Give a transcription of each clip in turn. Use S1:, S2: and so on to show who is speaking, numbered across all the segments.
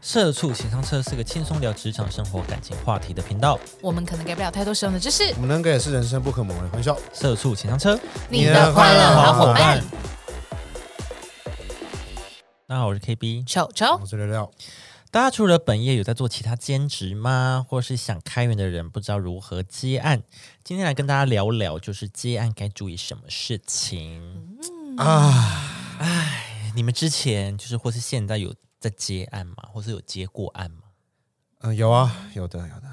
S1: 社畜情商车是个轻松聊职场、生活、感情话题的频道。
S2: 我们可能给不了太多实用的知识
S3: 我，们能给的是人生不可磨灭的欢笑。
S1: 社畜情商车，
S3: 你的快乐好伙伴。
S1: 大家好，我是 KB。
S2: 球球
S3: 我是聊聊，
S1: 大家除了本业有在做其他兼职吗？或是想开源的人不知道如何接案？今天来跟大家聊聊，就是接案该注意什么事情
S2: 嗯
S1: 啊？唉，你们之前就是或是现在有在接案吗？或是有接过案吗？
S3: 嗯、有啊，有的，有的。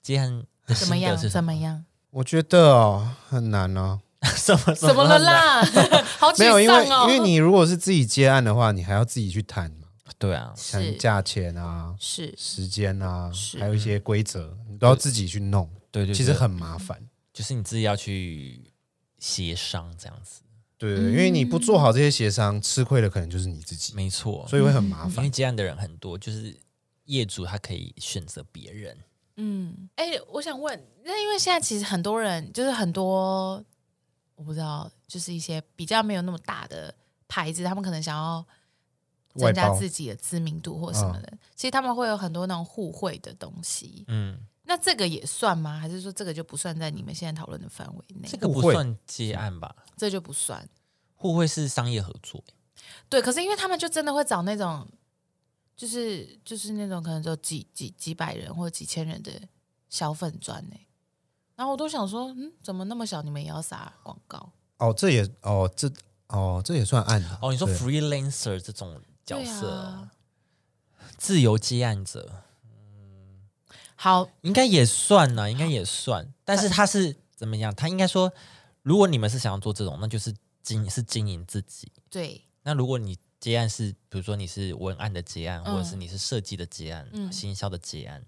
S1: 接案的
S2: 怎么
S1: 心
S2: 样
S1: 得？是
S2: 怎
S1: 么？
S2: 么样？
S3: 我觉得哦，很难哦。
S1: 什么
S2: 怎么了？啦？好沮
S3: 没有，因为
S2: 丧哦。
S3: 因为你如果是自己接案的话，你还要自己去谈嘛，
S1: 对啊，
S3: 谈
S2: 是
S3: 价钱啊、
S2: 是
S3: 时间啊，
S2: 是
S3: 还有一些规则，你都要自己去弄，
S1: 对对对
S3: 其实很麻烦。
S1: 就是你自己要去协商这样子，
S3: 对
S2: 嗯
S3: 对对，因为你不做好这些协商，吃亏的可能就是你自己，
S1: 没错。
S3: 所以会很麻
S1: 因
S3: 烦
S2: 嗯
S1: 为。接案的人很多，就是业主他可以选择别人，
S2: 嗯，哎、我想问，那因为现在其实很多人就是很多，我不知道，就是一些比较没有那么大的牌子，他们可能想要增
S3: 外
S2: 加
S3: 包
S2: 自己的知名度或什么的，其实他们会有很多那种互惠的东西。
S1: 嗯，
S2: 那这个也算吗？还是说这个就不算在你们现在讨论的范围内？
S1: 这
S2: 这
S1: 个不
S3: 互惠
S1: 算接案吧？
S2: 这就不算。
S1: 互惠是商业合作，
S2: 对，可是因为他们就真的会找那种，就是就是那种可能只有几几几百人或者几千人的小粉砖呢、然后我都想说，嗯，怎么那么小，你们也要撒广告？
S3: 哦，这也哦这哦这也算案
S1: 哦，你说
S3: 对
S1: freelancer 这种角色哦
S2: 对啊，
S1: 自由接案者
S2: 好，
S1: 应该也算啊呢，应该也算，但是他是怎么样？他应该说，如果你们是想要做这种，那就是经是经营自己。
S2: 对，
S1: 那如果你接案是，比如说你是文案的接案，
S2: 嗯
S1: 或者是你是设计的接案、
S2: 嗯
S1: 行销的接案，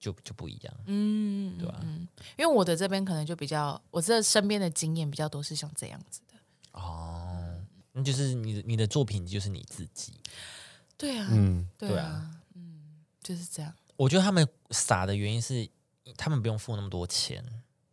S1: 就就不一样。
S2: 嗯，
S1: 对啊
S2: 嗯，因为我的这边可能就比较，我这身边的经验比较多是像这样子的。
S1: 哦，那就是你的你的作品就是你自己。
S2: 对啊，
S3: 嗯，
S2: 对
S1: 对
S2: 啊
S1: 啊，
S2: 嗯，就是这样。
S1: 我觉得他们傻的原因是，他们不用付那么多钱，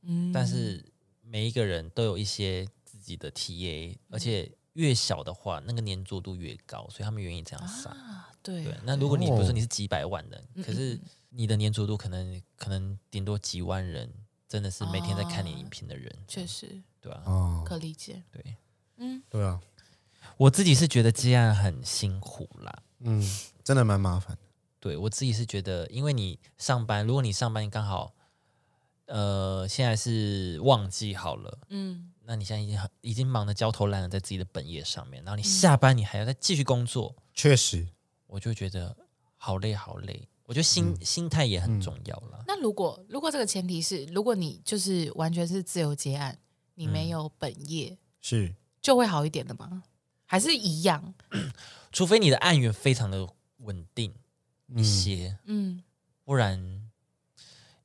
S2: 嗯，
S1: 但是每一个人都有一些自己的 TA，、而
S2: 嗯
S1: 且越小的话，那个粘着度越高，所以他们愿意这样傻。
S2: 啊，对
S1: 对
S2: 啊，，
S1: 那如果你
S3: 哦
S1: 比如说你是几百万人，
S2: 嗯
S1: 可是你的粘着度可能可能顶多几万人，真的是每天在看你
S2: 啊
S1: 影片的人，
S2: 确实
S1: 对啊，
S3: 哦，
S2: 可理解。
S1: 对。
S2: 嗯，
S3: 对啊，
S1: 我自己是觉得接案很辛苦啦，
S3: 嗯，真的蛮麻烦的。
S1: 对我自己是觉得，因为你上班，如果你上班刚好，呃，现在是旺季好了，
S2: 嗯，
S1: 那你现在已经很已经忙得焦头烂额在自己的本业上
S2: 嗯
S1: 面，然后你下班你还要再继续工作，
S3: 确实，
S1: 我就觉得好累好累。我觉得心、心态也很重要啦。
S2: 那如果如果这个前提是，如果你就是完全是自由结案，你
S1: 嗯
S2: 没有本业，
S3: 是
S2: 就会好一点了吗？还是一样？
S1: 除非你的案源非常的稳定一些，
S2: 嗯，
S1: 不然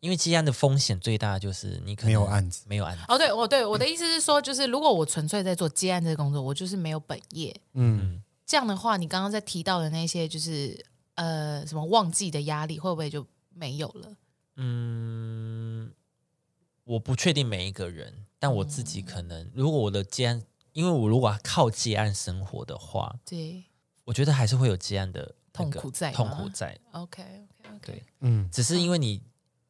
S1: 因为接案的风险最大就是你可能
S3: 没有案子，
S1: 没有案子，
S2: 哦，对，我对我的意思是说，就是如果我纯粹在做接案这个工作，我就是没有本业，
S3: 嗯，
S2: 这样的话，你刚刚在提到的那些就是呃什么旺季的压力，会不会就没有了？
S1: 嗯，我不确定每一个人，但我自己可
S3: 嗯
S1: 能，如果我的接案，因为我如果靠接案生活的话，
S2: 对
S1: 我觉得还是会有接案的那个
S2: 痛苦在吗
S1: 痛苦在，
S2: ，OK OK OK，
S1: 对
S3: 嗯，
S1: 只是因为你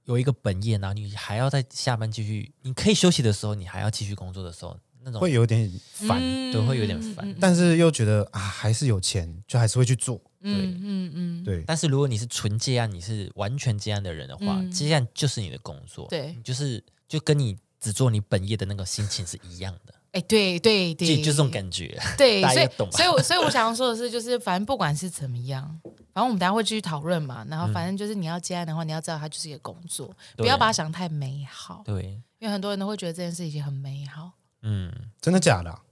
S1: 有一个本业，然后你还要在下班继续，你可以休息的时候，你还要继续工作的时候，那种
S3: 会有点烦，
S1: 对会有点烦
S3: 但是又觉得啊，还是有钱，就还是会去做。
S2: 嗯嗯嗯，
S3: 对，
S1: 但是如果你是纯接案，你是完全接案的人的话，
S2: 嗯
S1: 接案就是你的工作，
S2: 对
S1: 你就是就跟你只做你本业的那个心情是一 样的，
S2: 哎，对对
S1: 就
S2: 对，
S1: 就这种感 觉。
S2: 对，
S1: 大家
S2: 所以
S1: 也懂吧
S2: 所以我所以我想要说的是，就是反正不管是怎么样，反正我们等一下会继续讨论嘛。然后反正就是你要接案的话，你要知道它就是一个工作，不
S1: 对
S2: 要把它想得太美好，
S1: 对，
S2: 因为很多人都会觉得这件事情很美好。
S1: 嗯，
S3: 真的假的啊、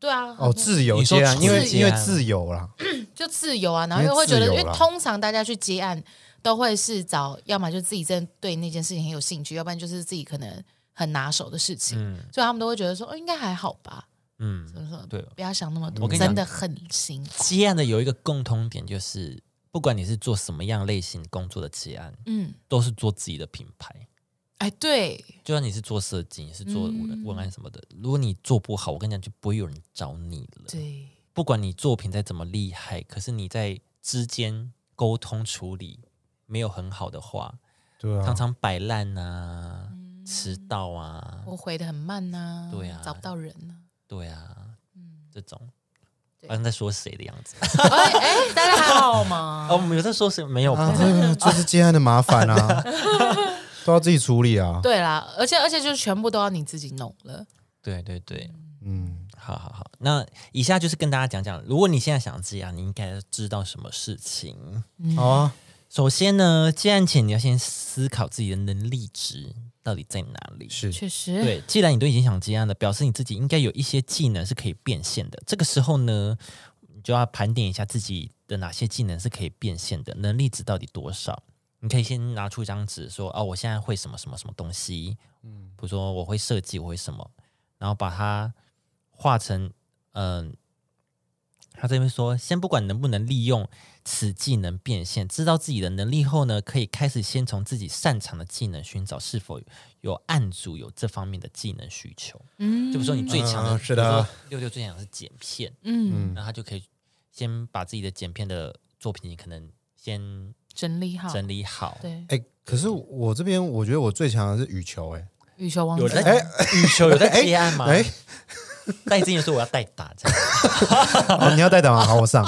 S2: 对啊，
S3: 哦，自由接案，
S1: 你
S3: 因
S1: 说
S3: 为
S1: 自由
S3: 因
S1: 接
S3: 为
S1: 案
S3: 自啊由啦，
S2: 就自由啊，然后又
S3: 因为
S2: 会觉得，
S3: 自
S2: 因
S3: 由啦
S2: 为通常大家去接案都会是找，要么就自己真的对那件事情很有兴趣，要不然就是自己可能很拿手的事情，
S1: 嗯
S2: 所以他们都会觉得说，哦，应该还好吧，
S1: 嗯，
S2: 怎么说，
S1: 对。
S2: 不要想那么多，
S1: 我跟你讲
S2: 真的很辛苦。
S1: 接案的有一个共通点，就是不管你是做什么样类型工作的接案，
S2: 嗯，
S1: 都是做自己的品牌。
S2: 哎，对，
S1: 就算你是做设计，你是做文
S2: 嗯
S1: 文案什么的，如果你做不好，我跟你讲就不会有人找你了。
S2: 对。
S1: 不管你作品再怎么厉害，可是你在之间沟通处理没有很好的话，
S3: 对啊，
S1: 常常摆烂啊、迟到啊，
S2: 我回的很慢呐、
S1: 对啊
S2: 找不到人呐、
S1: 对啊， 这种
S2: 对
S1: 好像在说谁的样子。
S2: 哎哎，大家还好 吗？
S1: 哦，我们有在说谁？没有吧？
S3: 啊，这 个就是接案的麻烦啊，都要自己处理啊。
S2: 对啦，而且而且就是全部都要你自己弄了。
S1: 对对对，
S3: 嗯，
S1: 好好好。那以下就是跟大家讲讲，如果你现在想这样，你应该知道什么事情。
S2: 嗯
S3: 好啊，
S1: 首先呢，接案前你要先思考自己的能力值到底在哪里。
S3: 是
S2: 确实，
S1: 对，既然你都已经想接案了，表示你自己应该有一些技能是可以变现的。这个时候呢，你就要盘点一下自己的哪些技能是可以变现的，能力值到底多少。你可以先拿出一张纸，说：“哦，我现在会什么什么什么东西？嗯，比如说我会设计，我会什么，然后把它画成，嗯、他这边说，先不管能不能利用此技能变现，知道自己的能力后呢，可以开始先从自己擅长的技能寻找是否有案主有这方面的技能需求。
S2: 嗯
S1: 就比如说你最强的，
S3: 嗯是的，
S1: 六六最强的是剪片，
S2: 嗯，
S1: 那他就可以先把自己的剪片的作品，你可能先
S2: 整理好，
S1: 整理好。
S2: 对，
S3: 哎，可是我这边我觉得我最强的是羽球，哎，
S2: 羽球王
S1: 有
S2: 子哎
S1: 在，羽哎球有在接案吗？
S3: 哎，
S1: 戴志颖说我要代打，这样
S3: 哦你要带档吗？好，我上。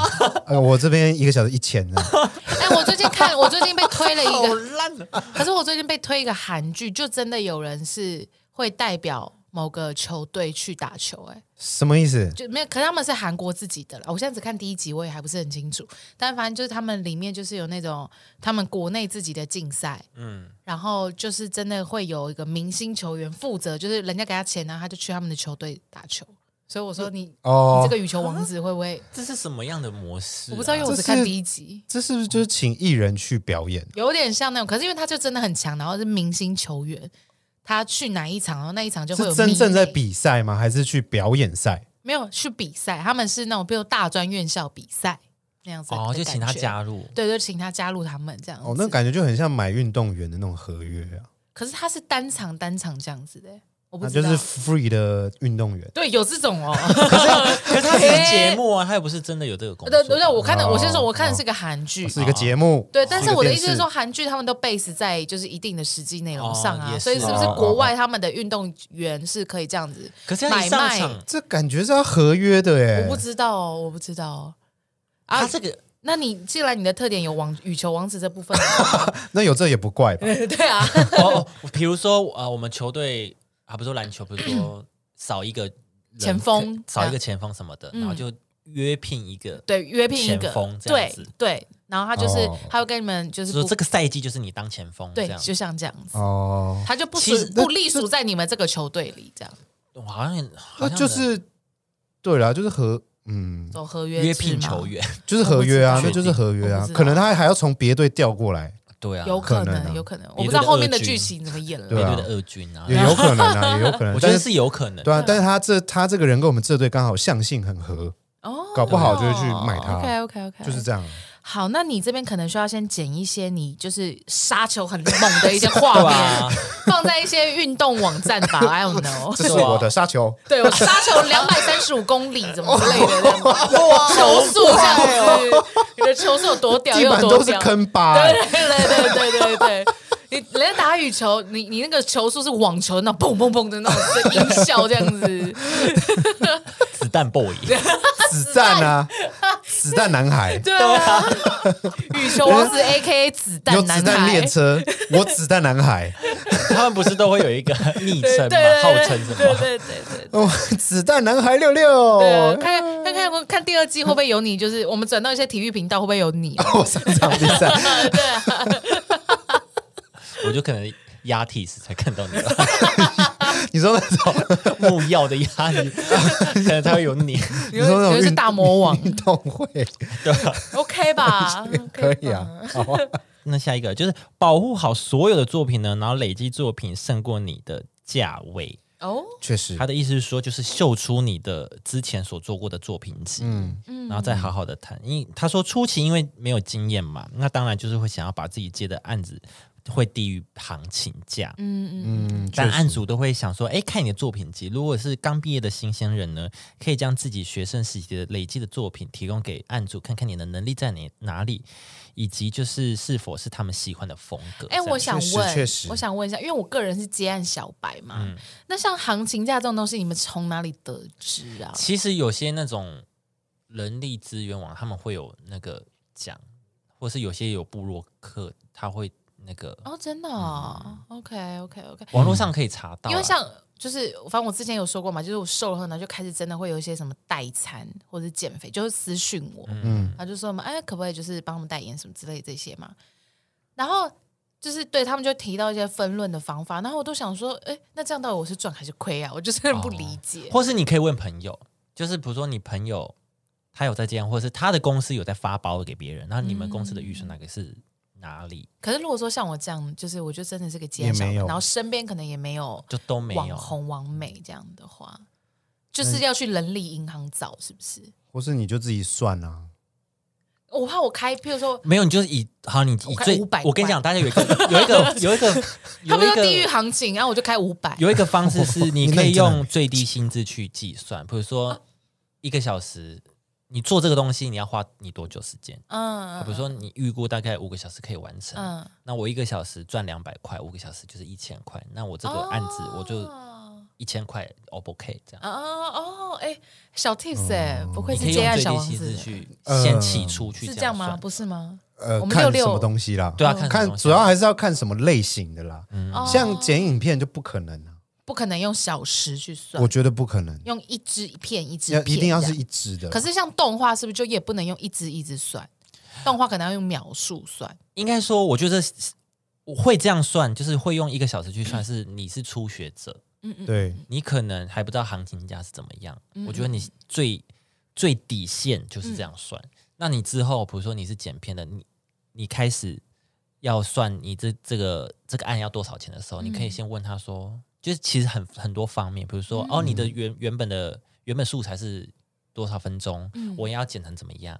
S3: 呃，我这边一个小时一千呢。
S2: 哎，我最近 看，我最近被推了一
S1: 好
S2: 个，
S1: 烂啊！
S2: 可是我最近被推一个韩剧，就真的有人是会代表某个球队去打球、哎，
S3: 什么意思？
S2: 就没有，可是他们是韩国自己的了。我现在只看第一集，我也还不是很清楚。但反正就是他们里面就是有那种他们国内自己的竞赛，嗯，然后就是真的会有一个明星球员负责，就是人家给他钱，然后他就去他们的球队打球。所以我说你，
S3: 哦
S2: 你这个羽球王子会不 会？
S1: 这是什么样的模式啊、
S2: 我不知道，因为我只看第一集，
S3: 这是不是就是请艺人去表演？
S2: 有点像那种。可是因为他就真的很强，然后是明星球员，他去哪一场，然后那一场就会有
S3: 是真正在
S2: 迷妹
S3: 比赛吗？还是去表演赛？
S2: 没有去比赛，他们是那种比如大专院校比赛那样子的
S1: 哦，就请他
S2: 感觉
S1: 加 入。
S2: 对，就请他加入他们这样子。
S3: 哦，那感觉就很像买运动员的那种合约啊，
S2: 可是他是单场单场这样子的，欸我不
S3: 那
S2: 知
S3: 啊就
S2: 道。
S3: 是 free 的运动员。
S2: 对，有这种哦。
S1: 可是他只是节目啊，他又不是真的有这个工
S2: 对
S1: 作。
S2: 对对，我看的，
S3: 哦
S2: 我先说，我看的是个韩剧。
S3: 是一个节目，
S2: 对，但是
S3: 一个
S2: 我的意
S3: 电
S2: 思是
S3: 视
S2: 说，，韩剧他们都 base 在就是一定的实际内容
S1: 哦
S2: 上啊，
S1: 也
S2: 所以是
S1: 是
S2: 不是
S3: 哦
S2: 国外他们的运动员是可以这样子？
S1: 可是他一上
S2: 买
S1: 场
S2: 卖，
S3: 这感觉是要合约的耶
S2: 我不。知道哦，我不知道哦。啊
S1: 他，这个
S2: 那你既然你的特点有网羽球王子这部分，
S3: 那有这也不怪吧？
S2: 对啊，
S1: 哦， 哦比如说呃，我们球队啊，不是说篮球，不是 说少一个人
S2: 前锋嗯
S1: 少一个前锋什么的，然后就约聘一个，
S2: 对，约聘一
S1: 前
S2: 个
S1: 锋，这样
S2: 对
S1: 子
S2: 对，然后他就是
S3: 哦
S2: 他会跟你们就是
S1: 说
S2: 不
S1: 这个赛季就是你当前锋，这
S2: 对，
S1: 样
S2: 就像这样子。
S3: 哦，
S2: 他就不属
S1: 其实
S2: 不隶属在你们这个球队里，这样
S1: 我好像好
S3: 那
S1: 像
S3: 啊就是对啦，就是合，嗯，
S2: 走合约
S1: 约
S2: 制
S1: 聘
S2: 嘛
S1: 球，员，
S3: 就是合约啊，
S1: 我不
S3: 那
S1: 知道
S3: 就是合约
S2: 我
S3: 啊
S2: 不知，道
S3: 可能他还要从别队调过来，
S1: 对啊，
S2: 有可
S3: 可能
S2: 能，
S3: 啊
S2: 有可能，我
S1: 别
S2: 不知
S1: 队
S2: 道
S1: 的
S2: 后
S1: 二
S2: 面的
S1: 军
S2: 剧情怎么演
S1: 别
S3: 对
S2: 了。
S3: 啊
S1: 队的二军啊
S3: 也，有可能啊，也有可能。
S1: 我觉得
S3: 但是
S1: 是有可能，
S2: 嗯
S3: 对啊，但是他这他这个人跟我们这队刚好相性很合，
S2: 哦
S3: 搞不好就会去买它
S2: OK OK OK，
S3: 就是这样。
S2: 好。那你这边可能需要先剪一些你就是杀球很猛的一些
S3: 啊
S2: 画
S1: 对啊
S2: 面，
S1: 吧？
S2: 放在一些运动网站吧。I don't know。
S3: 这是我的杀球，
S2: 对我杀球两百三十五公里，怎么之类的这样
S3: 哦
S2: 子，球速这样子，你的球速有多屌，
S3: 地
S2: 又有
S3: 板
S2: 多
S3: 都是
S2: 屌，
S3: 坑疤，
S2: 对
S3: 哎
S2: 对对对对对对，你人家打羽球，你你那个球速是网球那种砰砰砰的那种音效这样子，
S1: 子弹 boy，
S3: 子弹啊，子弹男孩，
S2: 对啊，羽球王子 A K A 子
S3: 有
S2: 弹
S3: 子
S2: 男
S3: 弹
S2: 孩
S3: 列。车，我子弹男孩，
S1: 他们不是都会有一 个昵
S2: 对
S1: 称
S2: 对
S1: 吗？
S2: 对
S1: 号
S2: 对
S1: 称什
S2: 对
S1: 么？
S2: 对对对
S3: 哦，子弹男孩六
S2: 对啊，
S3: 六，
S2: 看看看看看第二季会不会有你？就是我们转到一些体育频道会不会有你？
S3: 我上场比赛，
S2: 对啊，
S1: 我就可能压体时才看到你了。
S3: 你说那种
S1: 木曜的压力， 可能才会有你。
S2: 你
S3: 你说
S2: 会
S3: 那种
S2: 你会是
S3: 运
S2: 大魔王
S3: 运动会
S2: ，OK 吧？
S3: 可
S2: OK
S3: 以
S2: 吧，
S3: 啊，好啊，
S1: 那下一个就是保护好所有的作品呢，然后累积作品胜过你的价位。
S2: 哦，
S3: 确实
S1: 他，的意思是说，就是秀出你的之前所做过的作品集，
S3: 嗯，
S1: 然后再好好的谈。因为他说初期因为没有经验嘛，那当然就是会想要把自己接的案子会低于行情价。
S2: 嗯嗯，
S3: 嗯，
S1: 但
S3: 确
S1: 案
S3: 实，
S1: 主都会想说，哎，看你的作品集。如果是刚毕业的新鲜人呢，可以将自己学生时期的累积的作品提供给案主，看看你的能力在哪哪里，以及就是是否是他们喜欢的风格。
S2: 哎、我
S1: 这样
S2: 想
S3: 确实
S2: 问，
S3: 确实嗯
S2: 我想问一下，因为我个人是接案小白嘛，那像行情价这种东西，你们从哪里得知啊？
S1: 其实有些那种人力资源网，他们会有那个奖，或是有些有部落客，他会那个
S2: 哦，真的、
S3: 嗯
S2: 哦 o k OK OK，
S1: 网络上可以查到啦，啊
S2: 因为像就是反正我之前有说过嘛，就是我瘦了后呢，就开始真的会有一些什么代餐或者减肥，就是私讯我，
S3: 嗯
S2: 他就说嘛，哎，可不可以就是帮他们代言什么之类这些嘛？然后就是对他们就提到一些分论的方法，然后我都想说，哎，那这样到底我是赚还是亏啊？我就是很
S3: 哦
S2: 不理解。
S1: 或是你可以问朋友，就是比如说你朋友他有在这样，或是他的公司有在发包给别人，那你们公司的预算大概是哪里？
S2: 可是如果说像我这样，就是我就真的是个街
S3: 也
S2: 小白，
S3: 没有
S2: 然后身边可能也没有
S1: 就都没
S2: 网
S1: 有。
S2: 红、网美这样的话，就是要去人力银行找，是不是？
S3: 或是你就自己算啊，
S2: 我怕我开，譬如说，
S1: 没有，你就是以好，你
S2: 我
S1: 以
S2: 看
S1: 最
S2: 500
S1: 我跟你讲，大家有一个有一个有 一个
S2: 他
S1: 有
S2: 们
S1: 一
S2: 说地狱
S1: 个
S2: 行情，然后我就开五百。
S1: 有一个方 式是你可以
S3: 你真的很
S1: 用最低薪资去计算，比如说一个小时，你做这个东西你要花你多久时间？
S2: 嗯，
S1: 比如说你预估大概五个小时可以完成，
S2: 嗯，
S1: 那我一个小时赚两百块，五个小时就是一千块，那我这个案子我就
S2: 哦
S1: 一千块 O 不 OK 这样？
S2: 哦哦，哎、小 tips 哎、不愧
S1: 你可
S2: 是
S1: 以
S2: 接
S1: 用
S2: 案
S1: 最
S2: 小
S1: 低
S2: 王
S1: 薪资
S2: 子，
S1: 去
S3: 呃
S1: 先起出去
S2: 是
S1: 这
S2: 这样
S1: 样
S2: 吗？
S1: 算，
S2: 不是吗？
S3: 呃
S2: 我，们
S3: 看
S2: 六
S3: 什
S2: 六
S3: 么东西啦，嗯
S1: 对啊，看什么
S3: 看
S1: 东西
S3: 主要还是要看什么类型的啦，
S1: 嗯
S2: 哦
S3: 像剪影片就不可能啊，
S2: 不可能用小时去算
S3: 我，觉得不可能，
S2: 啊用一支一片一支
S3: 要
S2: 片
S3: 一定要
S2: 这
S3: 是
S2: 样
S3: 一支的啦。
S2: 可是像动画是不是就也不能用一支一支算？动画可能要用秒数算。
S1: 应该说，我觉得是我会这样算，就是会用一个小时去算，是你是初学者，
S2: 嗯嗯，
S3: 对，
S1: 你可能还不知道行情价是怎么样。我觉得你最最底线就是这样
S2: 嗯
S1: 算。那你之后，比如说你是剪片的，你你开始要算你这这个这个案要多少钱的时候，你可
S2: 嗯
S1: 以先问他说，就是其实很很多方面，比如说、哦，你的原原本的原本素材是多少分钟，
S2: 嗯
S1: 我要剪成怎么样，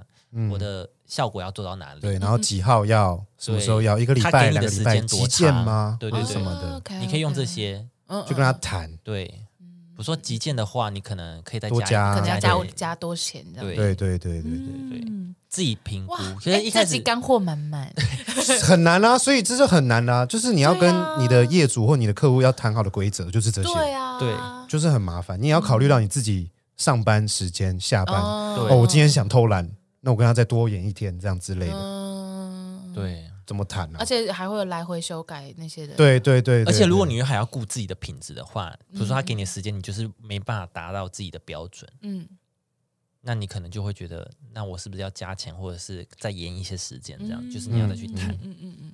S1: 我的效果要做到哪里，
S3: 嗯对，然后几号要什么时候要一个礼
S1: 他
S3: 拜、
S1: 给你
S3: 两
S1: 的
S3: 个礼
S1: 时
S3: 拜
S1: 间
S3: 极
S1: 多
S3: 限
S1: 长
S3: 吗？
S1: 对对
S3: 什
S1: 对，
S3: 么的
S2: 哦，OK，
S1: 你可以用
S2: OK
S1: 这，些，
S2: 嗯
S3: 就跟他谈。
S1: 对，比如说极限的话，你可能可以再
S3: 多
S1: 加
S3: 加
S1: 一
S2: 可能要加
S1: 一点
S2: 加多钱这样。
S1: 对
S3: 对对对对对，
S1: 对
S2: 嗯，
S1: 自己评估
S2: 哇，，
S1: 其实
S2: 哎
S1: 一开
S2: 这集
S1: 始
S2: 干货满满，
S3: 很难啊，所以这就很难啦、就是你要
S2: 对
S3: 跟
S2: 啊
S3: 你的业主或你的客户要谈好的规则，就是这
S2: 对
S3: 些，
S2: 啊，
S1: 对
S3: 就是很麻烦。你也要考虑到你自己上班时间、下班。
S2: 哦
S1: 对
S3: 哦，我今天想偷懒，那我跟他再多演一天，这样之类的，
S2: 嗯，
S1: 对。
S3: 怎么谈呢、
S2: 而
S3: 啊？
S2: 且还会有来回修改那些的，
S3: 对对对，
S1: 而
S3: 对
S1: 且如果
S3: 对
S1: 你还要顾自己的品质的话，比如说他给你的时间，你就是没办法达到自己的标准，
S2: 嗯，
S1: 那你可能就会觉得，那我是不是要加钱，或者是再延一些时间？这样就是你要再去谈。
S2: 嗯嗯嗯，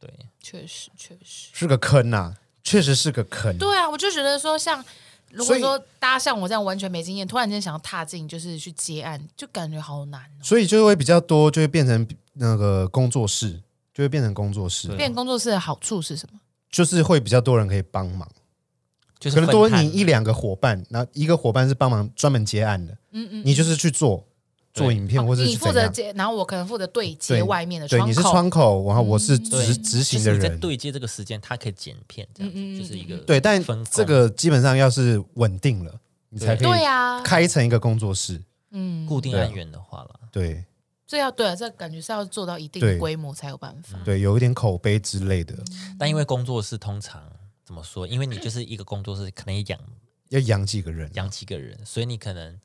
S1: 对，
S2: 确实确实，
S3: 是个坑呐、确实是个坑。
S2: 对啊，我就觉得说像。如果
S3: 所以
S2: 说大家像我这样完全没经验，突然间想要踏进就是去接案，就感觉好难哦。
S3: 所以就会比较多，就会变成那个工作室，就会变成工作室，
S2: 练工作室的好处是什么？
S3: 就是会比较多人可以帮忙，
S1: 就是
S3: 可能多
S1: 分摊
S3: 你一两个伙伴，然后一个伙伴是帮忙专门接案的，
S2: 嗯嗯，哦
S3: 你就是去做做影片或者
S2: 你
S3: 是
S2: 负
S3: 怎
S2: 责
S3: 样，
S2: 接，然后我可能负责对接
S3: 对
S2: 外面的
S3: 对，
S2: 口。嗯
S3: 你是窗口，然后我是
S1: 对
S3: 执执行
S1: 就
S3: 的
S1: 是你在
S3: 人，
S1: 对接这个时间，他可以剪片，这样子、
S2: 嗯嗯嗯
S1: 就是一个
S3: 对，但
S1: 分工
S3: 这个基本上要是稳定了，你才可
S2: 对
S3: 以
S2: 啊，
S3: 开成一个工作室，
S2: 嗯，
S1: 固定
S3: 对啊
S1: 案源的话啦，
S3: 对
S2: 这要对啊，这感觉是要做到一定
S3: 对
S2: 规模才有办法。
S3: 对，有一点口碑之类的，
S1: 但因为工作室通常怎么说？因为你就是一个工作室，可能也养
S3: 要养几个人，
S1: 养几个人，所以你可能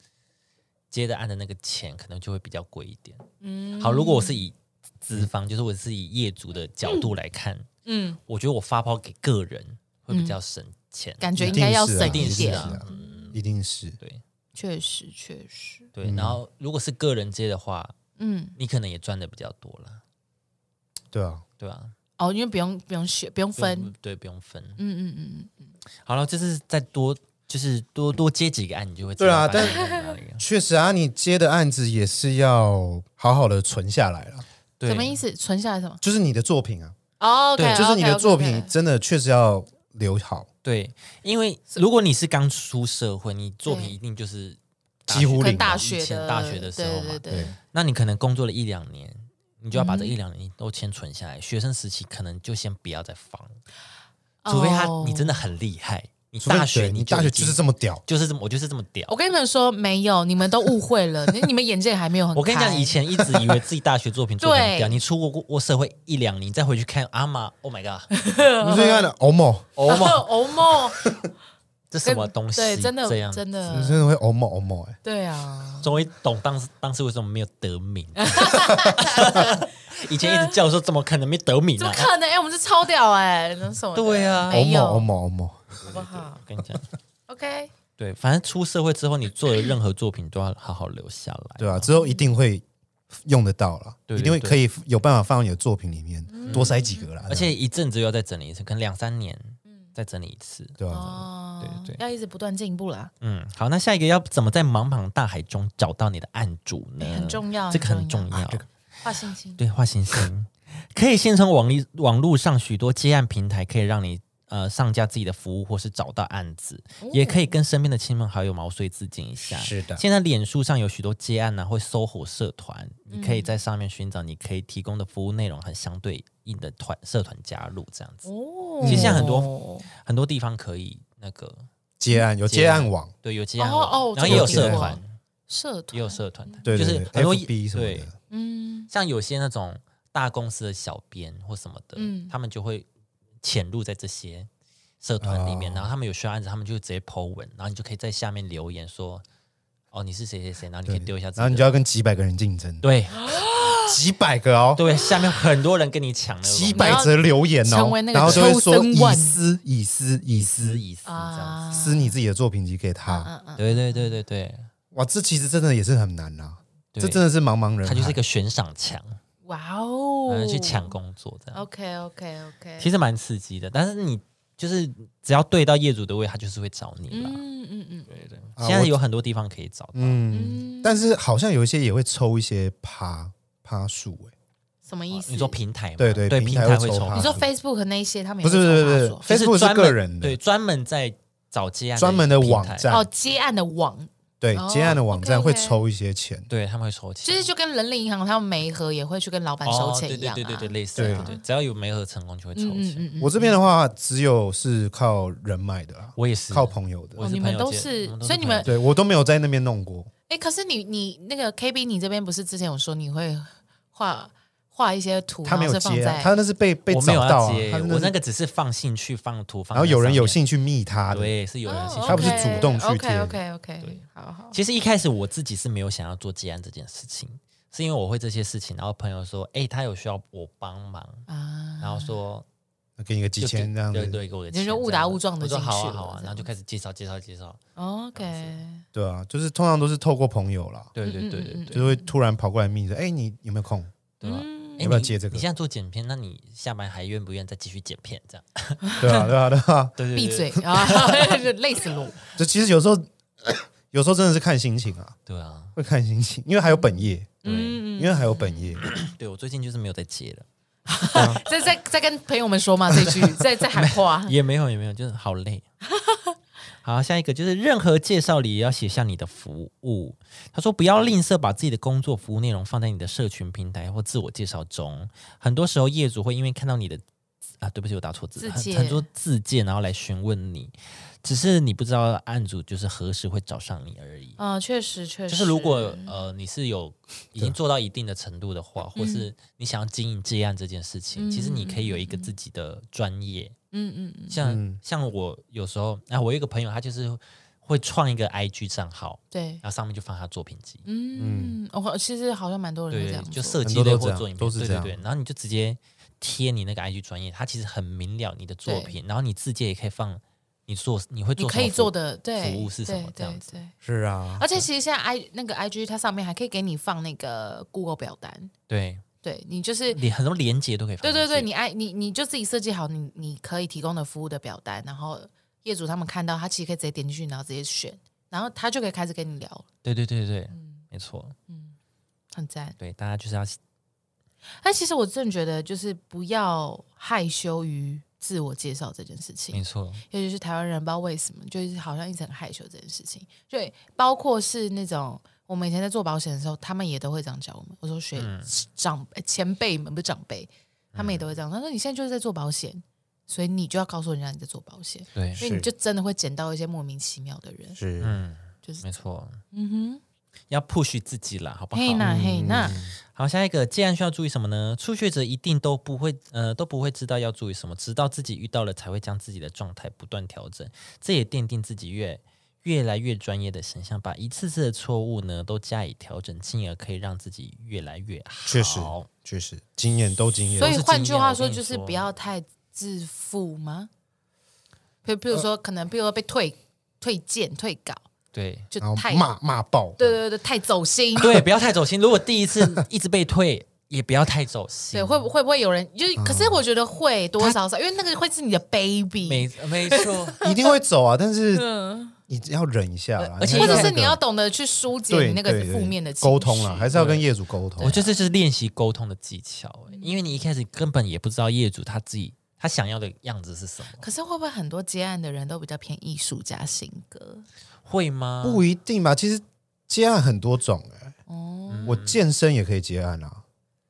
S1: 接的案的那个钱可能就会比较贵一点。
S2: 嗯，
S1: 好，如果我是以资方，就是我是以业主的角度来看，
S2: 嗯，
S1: 我觉得我发包给个人会比较省钱。
S2: 感觉
S3: 一
S2: 应
S3: 定
S2: 该要
S3: 是啊，
S2: 省
S3: 一定是
S2: 点，
S3: 啊，一定是。
S1: 嗯对
S2: 确实确实，
S1: 对，
S3: 嗯
S1: 然后如果是个人接的话，
S2: 嗯，
S1: 你可能也赚的比较多啦，
S3: 对啊，
S1: 对吧、
S2: 哦，因为不用不用学，不用
S1: 不用
S2: 分，嗯
S1: 对，不用分。
S2: 嗯嗯嗯，
S1: 好了，就是再多，就是多多接几个案，你就会知
S3: 对啊
S1: 道大概在哪里 了
S3: 确实啊，你接的案子也是要好好的存下来了，
S1: 对
S2: 什么意思？存下来什么？
S3: 就是你的作品啊，
S2: 哦，OK，
S1: 对
S3: 就是你的
S2: OK，OK，OK
S3: 作品真的确实要留好，
S1: 对，因为如果你是刚出社会，你作品
S2: 对
S1: 一定就是
S3: 几乎
S1: 大学
S2: 可能
S3: 领
S2: 大
S1: 以
S2: 学
S1: 前
S2: 的
S1: 大学的时候嘛
S2: 对对对，
S3: 对
S1: 那你可能工作了一两年，你就要
S2: 嗯
S1: 把这一两年都先存下来。学生时期可能就先不要再放，除非他、
S2: 哦
S1: 你真的很厉害，你
S3: 除非
S1: 大学
S3: 对你
S1: 就
S3: 大学
S1: 已
S3: 就
S1: 经
S3: 是这么屌，
S1: 就是这么我就是这么屌
S2: 我。跟你们说，没有，你们都误会了， 你你们眼界还没有很开。
S1: 我跟你讲，以 前一直以为自己大学作品做得很屌，
S2: 对
S1: 你出国过过社会一两年，你再回去看阿玛，Oh my god，
S2: 嗯
S3: 你最看的欧某，
S1: 欧
S2: 欧
S1: 玛，
S2: 欧梦，
S1: 这 什么东西？
S2: 对，真的
S1: 这样，
S2: 真
S3: 你
S2: 的，
S3: 真的会欧某欧某哎，
S2: 对啊，
S1: 终于懂当时当时为什么没有得 名。以前一直叫说怎么可能没得名
S2: 怎么
S1: 啊？
S2: 可能？哎，我们是超屌哎，那什么的？
S1: 对啊
S3: 欧
S2: 没
S3: 某
S2: 有，
S3: 欧
S2: 好
S3: 某欧某，
S2: 不好
S1: 我跟你讲，
S2: ？OK，
S1: 对，反正出社会之后，你做的任何作品都要好好留下来。
S3: 对吧？啊之后一定会用得到啦，
S1: 对
S3: 一定会
S1: 对
S3: 可以有办法放到你的作品里面，
S2: 嗯
S3: 多塞几个啦。
S1: 而且一阵子又要再整理一次，可能两三年再整理一次。
S3: 对啊吧？
S2: 哦，
S1: 对对
S2: 要一直不断进步啦，
S1: 嗯，好，那下一个要怎么在茫茫大海中找到你的案主呢？
S2: 很重要
S1: 啊这个很重要。
S2: 很重画星星。
S1: 对，画星星 可以先从网力网络上许多接案平台，可以让你呃上架自己的服务，或是找到案子，
S2: 哦
S1: 也可以跟身边的亲朋好友毛遂自荐一下。
S3: 是的
S1: 现在脸书上有许多接案啊，会搜火社团，
S2: 嗯
S1: 你可以在上面寻找你可以提供的服务内容和相对应的团社团加入，这样子
S2: 哦
S1: 其实现在很多很多地方可以那个
S3: 接案有
S1: 接
S3: 接
S1: 案
S3: 案网，
S1: 对有接案
S2: 哦
S1: 网，
S2: 哦我
S1: 然后
S2: 这
S1: 也
S2: 个
S1: 有
S3: 有
S1: 社
S3: 听过
S1: 团，
S2: 社团
S1: 也有社团，
S3: 对
S1: 就
S3: 对
S1: 是
S3: 对
S1: 很多
S3: FB 什么
S1: 对
S3: 的。
S2: 嗯，
S1: 像有些那种大公司的小编或什么的，
S2: 嗯
S1: 他们就会潜入在这些社团里面，
S3: 哦
S1: 然后他们有需要案子，他们就直接 Po 文，然后你就可以在下面留言说，哦，你是谁谁谁，然后你可以
S3: 对
S1: 丢一下自己的，
S3: 然后你就要跟几百个人竞争，
S1: 对
S3: 几百个哦，
S1: 对，下面很多人跟你抢那个
S3: 几百则留言
S2: 你要
S3: 哦
S2: 成为，那个
S3: 然后就会说
S2: chosen one
S3: 以私以私以私
S1: 私意思这
S2: 啊
S1: 样子，
S3: 私你自己的作品集给他，
S2: 嗯嗯，
S1: 对对对对对，
S3: 哇，这其实真的也是很难啦，
S1: 对
S3: 这真的是茫茫人
S1: 他
S3: 海，
S1: 就是一个悬赏墙，
S2: 哇哦
S1: 嗯，，去抢工作这样，
S2: OK OK OK，
S1: 其
S2: 实
S1: 实蛮刺激的，但是你就是只要对到业主的位，他就是会找你啦。
S2: 嗯嗯嗯
S1: 对对，
S3: 啊
S1: 现在
S3: 我
S1: 有很多地方可以找到，
S3: 嗯，但是好像有一些也会抽一些趴趴数，哎，
S2: 什么意思？
S1: 啊你说平台吗？
S3: 对对
S1: 对，
S3: 平
S1: 台会
S3: 台会抽
S1: 抽
S3: 趴
S1: 趴，
S2: 你说
S3: 数
S2: Facebook 那一些他们
S3: 啊不是不是不是啊
S2: 不
S3: 不
S1: 就是
S3: Facebook
S1: 专门
S3: 是个人的
S1: 对，专门在找接案
S3: 专门的网
S1: 平台
S3: 站
S2: 哦，接案的网
S3: 对
S2: 哦
S3: 接案的网站
S2: OK，OK
S3: 会抽一些钱，
S1: 对他们会抽钱，
S2: 其实就跟人力银行他们媒合也会去跟老板收
S1: 哦、
S2: 钱
S1: 对
S2: 一样啊，
S1: 对对对对，类似
S3: 对啊
S1: 对对，只要有媒合成功就会抽
S2: 嗯嗯
S1: 钱。
S2: 嗯嗯，
S3: 我这边的话只有是靠人脉的啦，
S1: 我也是
S3: 靠朋友
S1: 我也
S2: 哦
S3: 的，
S1: 是
S2: 你
S1: 朋
S2: 们
S1: 友
S2: 都
S1: 介
S2: 是
S1: 我们，都是
S2: 所以你
S1: 朋友
S2: 们
S3: 对我都没有在那边弄过，
S2: 哎，可是你你那个 KB 你这边不是之前有说你会画画一些图，
S3: 他没有
S2: 然后是
S3: 接
S2: 放
S3: 啊，
S2: 在
S1: 哦
S3: 他那是被被
S1: 我没有
S3: 找到
S1: 要
S3: 啊
S1: 接，
S3: 他
S1: 我
S3: 是
S1: 那个只是放兴趣放图，放
S3: 然后有人有
S1: 兴
S3: 兴趣密他的，
S1: 对，是有人有兴趣。
S3: 他不是主动去
S2: 哦 OK
S3: 贴
S2: OK OK，
S1: 对
S2: 好好，
S1: 其实一开始我自己是没有想要做接案这件事情，是因为我会这些事情，然后朋友说，哎、他有需要我帮忙，
S2: 啊，
S1: 然后说
S3: 给你个几
S1: 就
S3: 千
S1: 给
S3: 这样
S1: 对
S3: 子，
S1: 对，给我的
S2: 你
S1: 钱
S2: 就
S1: 这样子，
S2: 误打误撞地
S1: 我说
S2: 进
S1: 好
S2: 去
S1: 啊好
S2: 了
S1: 啊，然
S2: 这
S1: 后
S2: 样
S1: 就开始介绍介绍介绍，
S2: OK，
S3: 对啊，就是通常都是透过朋友啦，
S1: 对对
S2: 嗯
S1: 对
S2: 嗯
S1: 对
S2: 嗯
S1: 对，
S3: 就会突然跑过来密着，哎，你有没有空？
S1: 对吧？
S2: 嗯
S1: 诶
S3: 要不要
S1: 你
S3: 接这个
S1: 你现在做剪片，那你下班还愿不愿再继续剪片？这样？
S3: 对啊，对啊，对啊，
S1: 对对
S2: 闭 嘴。啊， 累死了我。
S3: 这其实有时候 有时候真的是看心情啊，
S1: 对啊，
S3: 会看心情，因为还有本业，
S2: 嗯，
S3: 因为还有本业，
S1: 对我最近就是没有再接了，
S2: 在在在跟朋友们说嘛，这句在在喊 话。
S1: 也没有也没有，就是好 累。好，下一个就是任何介绍里也要写下你的服务。他说不要吝啬把自己的工作服务内容放在你的社群平台或自我介绍中。很多时候业主会因为看到你的啊，对不起，我打错字，
S2: 自
S1: 很
S2: 介
S1: 很多自荐，然后来询问你，只是你不知道案主就是何时会找上你而已。
S2: 嗯，确实确实，
S1: 就
S2: 嗯
S1: 是如果呃你是有已经做到一定的程度的话，或是你想要经营接案这件事情，其实你可以有一个自己的专业，
S2: 嗯嗯嗯，
S1: 像、
S3: 嗯
S1: 像我有时候啊，我有一个朋友他就是会创一个 IG 账号，
S2: 对，
S1: 然后上面就放他作品集，
S2: 嗯，我其实好像蛮多人会这
S1: 对
S2: 样，做
S1: 就设
S3: 很
S1: 计
S3: 多
S1: 类
S3: 都
S1: 或
S3: 这样
S1: 做影片，
S3: 都是
S1: 对
S3: 这
S1: 对
S3: 样
S1: 对，然后你就直接贴你那个 IG 专业，它其实很明了你的作
S2: 对
S1: 品，然后你自己也可以放你做你会
S2: 你
S1: 做
S2: 可以
S1: 什么服务
S2: 做的对
S1: 服务是什么
S2: 对
S1: 这样子嗯
S2: 对对
S3: 是啊
S2: 而且其实现在 i 那个 IG 它上面还可以给你放那个 Google 表单，
S1: 对，
S2: 对你就是
S1: 连很多连接都可以放
S2: 对
S1: 上去，
S2: 对对，你爱你你就自己设计好你你可以提供的服务的表单，然后业主他们看到，他其实可以直接点进去，然后直接选，然后他就可以开始跟你聊嗯了，
S1: 对对对对，没错，
S2: 很赞。
S1: 对，大家就是要
S2: 但其实我真的觉得，就是不要害羞于自我介绍这件事情
S1: 没，错。
S2: 尤其是台湾人，不知道为什么，就是好像一直很害羞这件事情。对，包括是那种我们以前在做保险的时候，他们也都会这样教我们。我说学
S1: 嗯
S2: 长、呃前辈们不是长辈，他们也都会这样说。他说你现在就是在做保险，所以你就要告诉人家你在做保险，
S1: 对，
S2: 因为你
S3: 是
S2: 就真的会捡到一些莫名其妙的人。
S3: 是，
S1: 嗯，
S2: 就是
S1: 没错，
S2: 嗯
S1: 要 push 自己啦，好不
S2: 哼，
S1: 好？嗯
S2: 嘿那嘿那，
S1: 好，下一个，既然需要注意什么呢？初学者一定都不会，呃，都不会知道要注意什么，直到自己遇到了，才会将自己的状态不断调整。这也奠定自己越越来越专业的形象，把一次次的错误呢都加以调整，进而可以让自己越来越好。
S3: 确实，确实，经验都经验。
S2: 所以
S1: 都是
S2: 换
S1: 经
S2: 句
S1: 验
S2: 话
S1: 我
S2: 说，
S1: 跟你
S2: 就是
S1: 说
S2: 不要太自负吗？比比如
S1: 呃
S2: 说，可能比如说被退退件、退稿，
S1: 对
S2: 就
S3: 然后
S2: 太
S3: 骂骂爆，
S2: 对对对，太走心。
S1: 对，不要太走心。如果第一次一直被退，也不要太走心。
S2: 对，会不会不会有人？就是，可是我觉得会多少少，因为那个会是你的 baby，
S1: 嗯没没错，
S3: 一定会走啊，但是你要忍一下啦，
S1: 而且
S2: 嗯或
S3: 还是
S2: 者是
S3: 要那
S2: 你
S3: 个
S2: 要懂得去疏解
S3: 对
S2: 你那个
S3: 对对
S2: 负面的情绪
S3: 沟通啊啦，还是要跟业主沟 通。啊
S1: 我觉得这就是练习沟通的技巧、欸因为你一开始根本也不知道业主他自己他想要的样子是什么，
S2: 可是会不会很多接案的人都比较偏艺术家性格？
S1: 会吗？
S3: 不一定吧，其实接案很多种哎，
S2: 哦，
S1: 嗯
S3: 我健身也可以接案啊，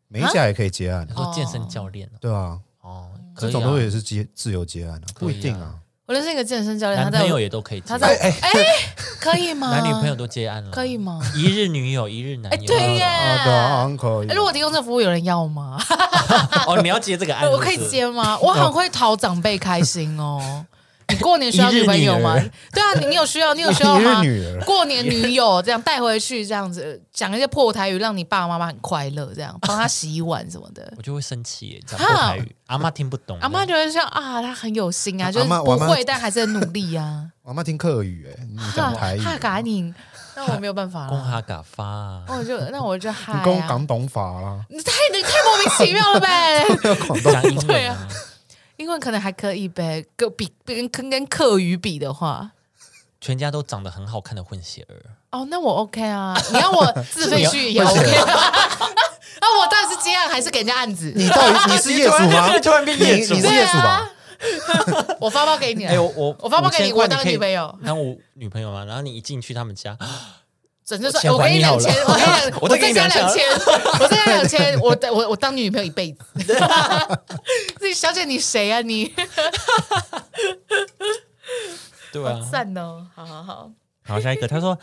S3: 美甲也可以接案
S1: 你
S3: 啊，
S1: 说健身教练哦
S3: 对啊，
S1: 哦，可以
S3: 这
S1: 啊
S3: 种都也是接自由接案啊，不一定
S1: 可以
S3: 啊。
S2: 我认识一个健身教练，他
S1: 男
S2: 在
S1: 朋
S2: 我
S1: 友也都可以接，
S2: 他在哎可以吗？
S1: 男女朋友都接案了，
S2: 可以吗？
S1: 一日女友一日男友，
S2: 哎对耶
S3: 啊，对啊，uncle
S2: 哎，如果提供这服务，有人要吗？
S1: 哦，你要接这个案，
S2: 我可以
S1: 是不哦是，
S2: 接吗？我很会讨长辈开心哦。你过年需要
S1: 一日
S2: 女朋友吗
S1: 女儿？。
S2: 对啊，你你有需要，你有需要
S3: 你
S2: 吗
S3: 是？女 儿，
S2: 过年女友这样带回去，这样子讲一些破台语，让你爸爸妈妈很快乐，这样帮他洗碗什么的
S1: 我就会生气耶，讲破台语，阿妈听不懂，
S2: 阿妈就会说啊，他很有心啊，
S3: 啊
S2: 就是
S3: 阿嬷
S2: 不
S3: 我阿
S2: 会，
S3: 嬷
S2: 但还是很努力啊。
S3: 我妈听客语哎， 你 讲台语，
S2: 哈嘎你，那我没有办法
S1: 公
S2: 了，
S1: 哈嘎发啊，
S2: 那我就那我就嗨
S3: 你跟我
S2: 啊。
S3: 讲懂法啦，
S2: 你太你太莫名其妙了呗，
S1: 讲英
S2: 对
S1: 文啊，
S2: 啊英文可能还可以呗，跟比跟跟跟课语比的话。
S1: 全家都长得很好看的混血儿，
S2: 哦，那我 OK 啊，你要我自费去也
S3: 会写
S2: OK 啊。 那我到底是接案还是给人家案子？
S3: 你到 底你是业主吗？
S1: 突然变
S3: 你
S1: 业主
S3: 你是业主吧？
S2: 我发包给你啊，
S1: 哎，我我
S2: 我发包给
S1: 5000
S2: 你，
S1: 块
S2: 我
S1: 你
S2: 当
S1: 可以
S2: 女朋友。
S1: 当我女朋友嘛，然后你一进去他们家，
S2: 整就
S1: 钱
S2: 说，我给你
S1: 还
S2: 两
S1: 你
S2: 千，我
S1: 好
S2: 给
S1: 了
S2: 你
S1: 我
S2: 两我
S1: 再
S2: 再
S1: 给
S2: 给
S1: 你
S2: 你
S1: 两
S2: 两
S1: 千
S2: 千，我再给你两千，我我我当你女朋友一 辈子。 这小姐你谁啊你？
S1: 对
S2: 好
S1: 啊，
S2: 赞哦，好好好，
S1: 好，下一个，他说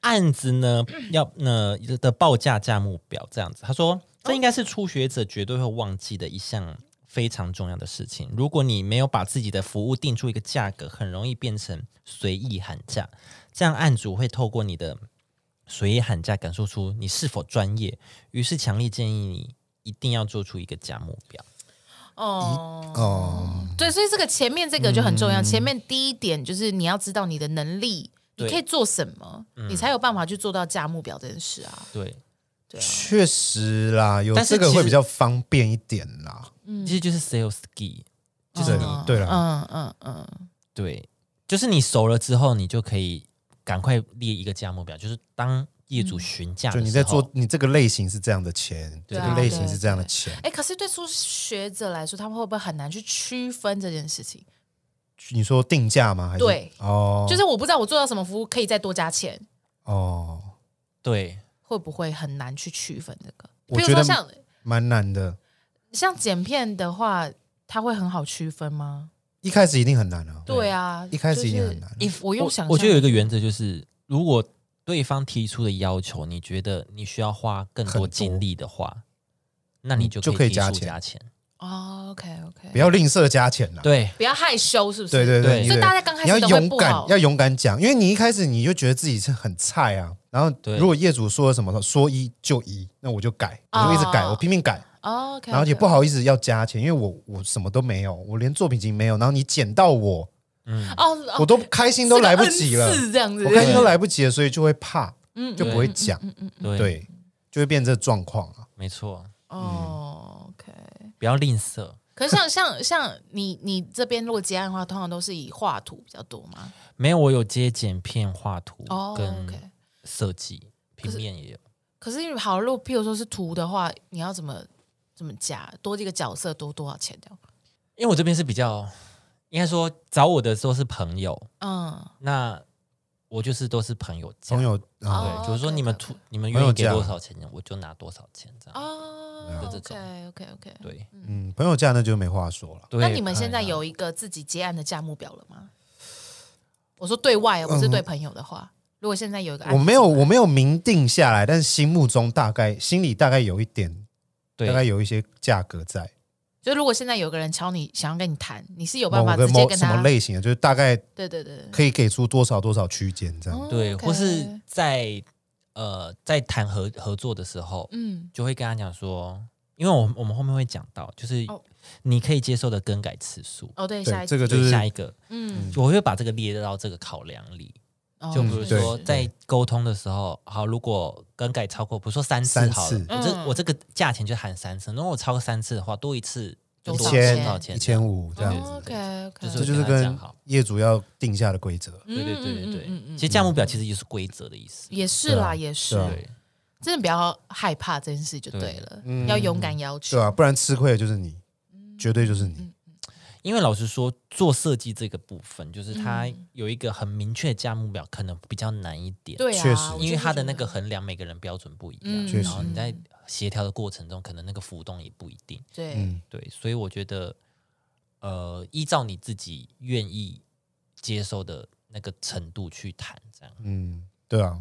S1: 案子呢要呢的报价价目表这样子，他说这应该是初学者绝对会忘记的一项非常重要的事情。如果你没有把自己的服务定出一个价格，很容易变成随意喊价，这样案主会透过你的随意喊价感受出你是否专业，于是强烈建议你一定要做出一个价目表。
S2: 哦。
S3: 哦，
S2: 对，所以这个前面这个就很重
S1: 嗯
S2: 要。前面第一点就是你要知道你的能力，
S1: 对嗯
S2: 你可以做什么，你才有办法去做到价目表这件事啊。
S1: 对，
S2: 对啊，
S3: 确实啦，有
S1: 但是
S3: 这个
S1: 其实
S3: 会比较方便一点啦。
S1: 其实就是 sales skill。
S3: 就是你
S2: 嗯
S3: 对啦，
S2: 嗯嗯嗯，
S1: 对，就是你熟了之后，你就可以赶快列一个价目表，就是当业
S2: 嗯
S1: 主询价、
S3: 就
S1: 的
S3: 你
S1: 时
S3: 在
S1: 候
S3: 做你这个类型是这样的钱，这
S1: 对
S3: 个类型是这样的钱，
S2: 哎，可是啊对初学者来说，他们会不会很难去区分这件事情？
S3: 你说定价吗？还是
S2: 对
S3: 哦，
S2: 就是我不知道我做到什么服务可以再多加钱，
S3: 哦，
S1: 对
S2: 会不会很难去区分这个？
S3: 我
S2: 比如
S3: 觉
S2: 说
S3: 得
S2: 像
S3: 蛮难的。
S2: 像剪片的话，它会很好区分吗？
S3: 一开始一定很难啊，
S2: 对啊，
S3: 一开
S2: 就
S3: 始一定
S2: 是
S3: 很难啊。
S2: If 我用想象
S1: 我觉得有一个原则就是，如果对方提出的要求，你觉得你需要花更
S3: 很
S1: 多
S3: 多
S1: 精力的话，那你就
S3: 就可以
S1: 提
S3: 加
S1: 出
S3: 钱啊
S1: 加钱。
S2: 哦，OK
S3: 不
S2: OK，
S3: 要吝啬加钱啦。
S1: 对
S2: 不要害羞，是不是？
S3: 对对
S1: 对
S3: 对，你
S2: 所以
S3: 得
S2: 大家刚开
S3: 你
S2: 始
S3: 要
S2: 都会
S3: 勇
S2: 不
S3: 敢
S2: 好，
S3: 要勇敢讲，因为你一开始你就觉得自己是很菜啊。然后
S1: 对
S3: 如果业主说了什么说一就一，那我就改，我就一直改，
S2: 哦
S3: 我拼命改。
S2: 哦，OK，
S3: 然后也
S2: OK
S3: 不好意思要加钱，因为我我什么都没有，我连作品集没有，然后你捡到我，
S2: 哦，
S3: 我都开心都来不及了，
S2: 是这样子
S3: 我，开心都来不及了，所以就会怕，
S2: 嗯
S3: 就不会讲，
S1: 对
S3: 对，就会变这状况啊。
S1: 没错，
S2: 哦，OK。
S1: 不要吝啬。
S2: 可是像像像你你这边如果结案的话，通常都是以画图比较多嘛？
S1: 没有，我有接剪片、画图
S2: 哦
S1: 跟
S2: ，OK。
S1: 设计，平面也有。
S2: 可是因为好，如果譬如说是图的话，你要怎么怎么加？多这个角色多多少钱这样？
S1: 因为我这边是比较，应该说找我的时候是朋友，
S2: 嗯
S1: 那我就是都是朋友价
S3: 朋友啊，
S2: 哦
S1: 对，就是说
S2: OK，OK，
S1: 你们
S2: OK
S1: 出你们
S3: 朋
S1: 愿
S3: 友
S1: 意给
S3: 价
S1: 多少钱，我就拿多少钱这样。
S2: 哦
S1: 就这
S2: ，OK OK OK。
S1: 对
S3: 嗯，朋友价那就没话说了。
S1: 对，
S2: 那你们现在
S1: 哎呀
S2: 有一个自己接案的价目表了吗？我说对外，不是对朋友的话。如果现在有一个案
S3: 我
S2: 子
S3: 没有，
S2: 进来
S3: 我没有明定下来，但是心目中大概心里大概有一点，大概
S1: 对
S3: 有一些价格在
S2: 就如果现在有个人敲你，想要跟你谈，你是有办
S3: 某
S2: 法
S3: 个
S2: 直接
S3: 某
S2: 跟
S3: 什么
S2: 他？
S3: 类型的，就是大概
S2: 对对对，
S3: 可以给出多少多少区间这样。
S2: 哦
S1: 对，
S2: OK
S1: 或是在呃在谈合合作的时候，
S2: 嗯
S1: 就会跟他讲说，因为我们我们后面会讲到，就是
S2: 哦
S1: 你可以接受的更改次数。
S2: 哦对，下
S3: 对，
S2: 一
S3: 这
S2: 个
S3: 个就
S1: 对
S3: 是
S1: 下一个，
S2: 嗯，
S1: 我会把这个列到这个考量里。
S2: 哦
S1: 就比如
S3: 嗯对
S1: 说在沟通的时候，好，如果更改超过，比如说三次
S3: 三
S1: 好了
S3: 次，
S1: 我这
S2: 嗯
S1: 我这个价钱就含三次，如果我超过三次的话，多一次就
S2: 多
S1: 多
S2: 少
S1: 多
S2: 钱嗯
S1: 少
S3: 一
S1: 钱这样
S3: 千五这样
S2: 哦
S3: 子，
S2: OK OK，
S1: 就是
S3: 这就是
S1: 跟他
S3: 跟
S1: 讲好
S3: 业主要定下的规则。
S1: 对对对对
S2: 嗯嗯嗯嗯
S1: 对，
S2: 嗯
S1: 其实价目表其实就是规则的意思。
S2: 也是啦，
S3: 对啊
S2: 也是
S3: 对啊
S1: 对，
S2: 真的不要害怕这件事就对了，
S3: 嗯
S2: 要勇敢要求
S3: 对。啊，不然吃亏的就是你，绝对就是你。
S1: 因为老实说，做设计这个部分，就是它
S2: 嗯
S1: 有一个很明确的价目表，可能比较难一点。
S2: 对啊，
S3: 确实
S2: 我
S1: 因为
S2: 就是
S1: 它的
S2: 觉
S1: 那
S2: 得
S1: 个衡量，每个人标准不一
S2: 嗯
S1: 样，
S3: 确
S1: 然后
S2: 实
S1: 你在协调的过程中，可能那个浮动也不一定。
S2: 对，
S3: 嗯，
S1: 对，所以我觉得，呃，依照你自己愿意接受的那个程度去谈，这样，
S3: 嗯，对啊，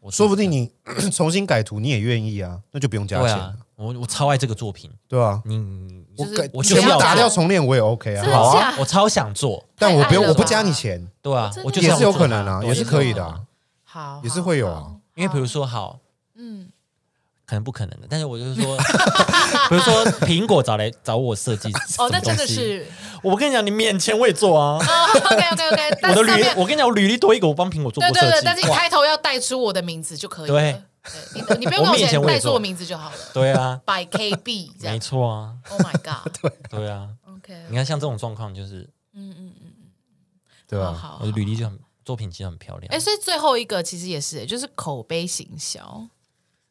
S1: 我
S3: 说不定
S1: 你
S3: 你 重新改图你也愿意啊，那就不用加
S1: 对
S3: 钱
S1: 啊
S3: 了，，
S1: 我我超爱这个作品，
S3: 对啊。
S1: 你你
S2: 就
S3: 我
S2: 是
S3: 改
S1: 我
S3: 全
S1: 就
S3: 部
S1: 要
S3: 打
S1: 做
S3: 掉重练我也 OK
S2: 真
S3: 啊，
S2: 的
S1: 好
S2: 假
S1: 啊，
S2: 的
S1: 我超想做，
S3: 但我不用
S2: 太爱了
S3: 我不加
S2: 吧
S3: 你钱
S1: 对啊
S2: 真，的
S1: 我就
S3: 也
S1: 想
S3: 是有
S1: 做
S3: 可能
S1: 它
S3: 啊，
S1: 对
S3: 也是可以的
S1: 对
S3: 啊。
S2: 好
S3: 也是
S2: 好
S3: 会有
S2: 好
S3: 啊
S1: 因为比如，说好，
S2: 嗯，
S1: 可能不可能的，但是我就是说， 比如说苹果找来找我设计什
S2: 哦
S1: 么，
S2: 那
S1: 东
S2: 真的
S1: 西，
S2: 是
S1: 我跟你讲，你免钱我也做啊，
S2: OK OK OK，但
S1: 我的
S2: 是
S1: 履
S2: 上面，
S1: 我跟你讲，我履历多一个，我帮苹果做
S2: 对
S1: 过设
S2: 对
S1: 计，
S2: 对，但是你
S1: 哇
S2: 开头要带出我的名字就可以了。
S1: 对
S2: 对，你你不用
S1: 我
S2: 跟
S1: 们以前
S2: 钱
S1: 我也
S2: 带出
S1: 做
S2: 我名字就好了。
S1: 对啊，
S2: by KB 这
S1: 没
S2: 样
S1: 错啊，
S2: ，Oh my God，OK，
S1: 对啊，你看像这种状况就是
S2: 嗯嗯嗯，
S3: 对
S2: 好
S3: 啊，
S2: 好
S1: 我呃的履历就很作品其实很漂亮，
S2: 哦哎，所以最后一个其实也是，就是口碑行销，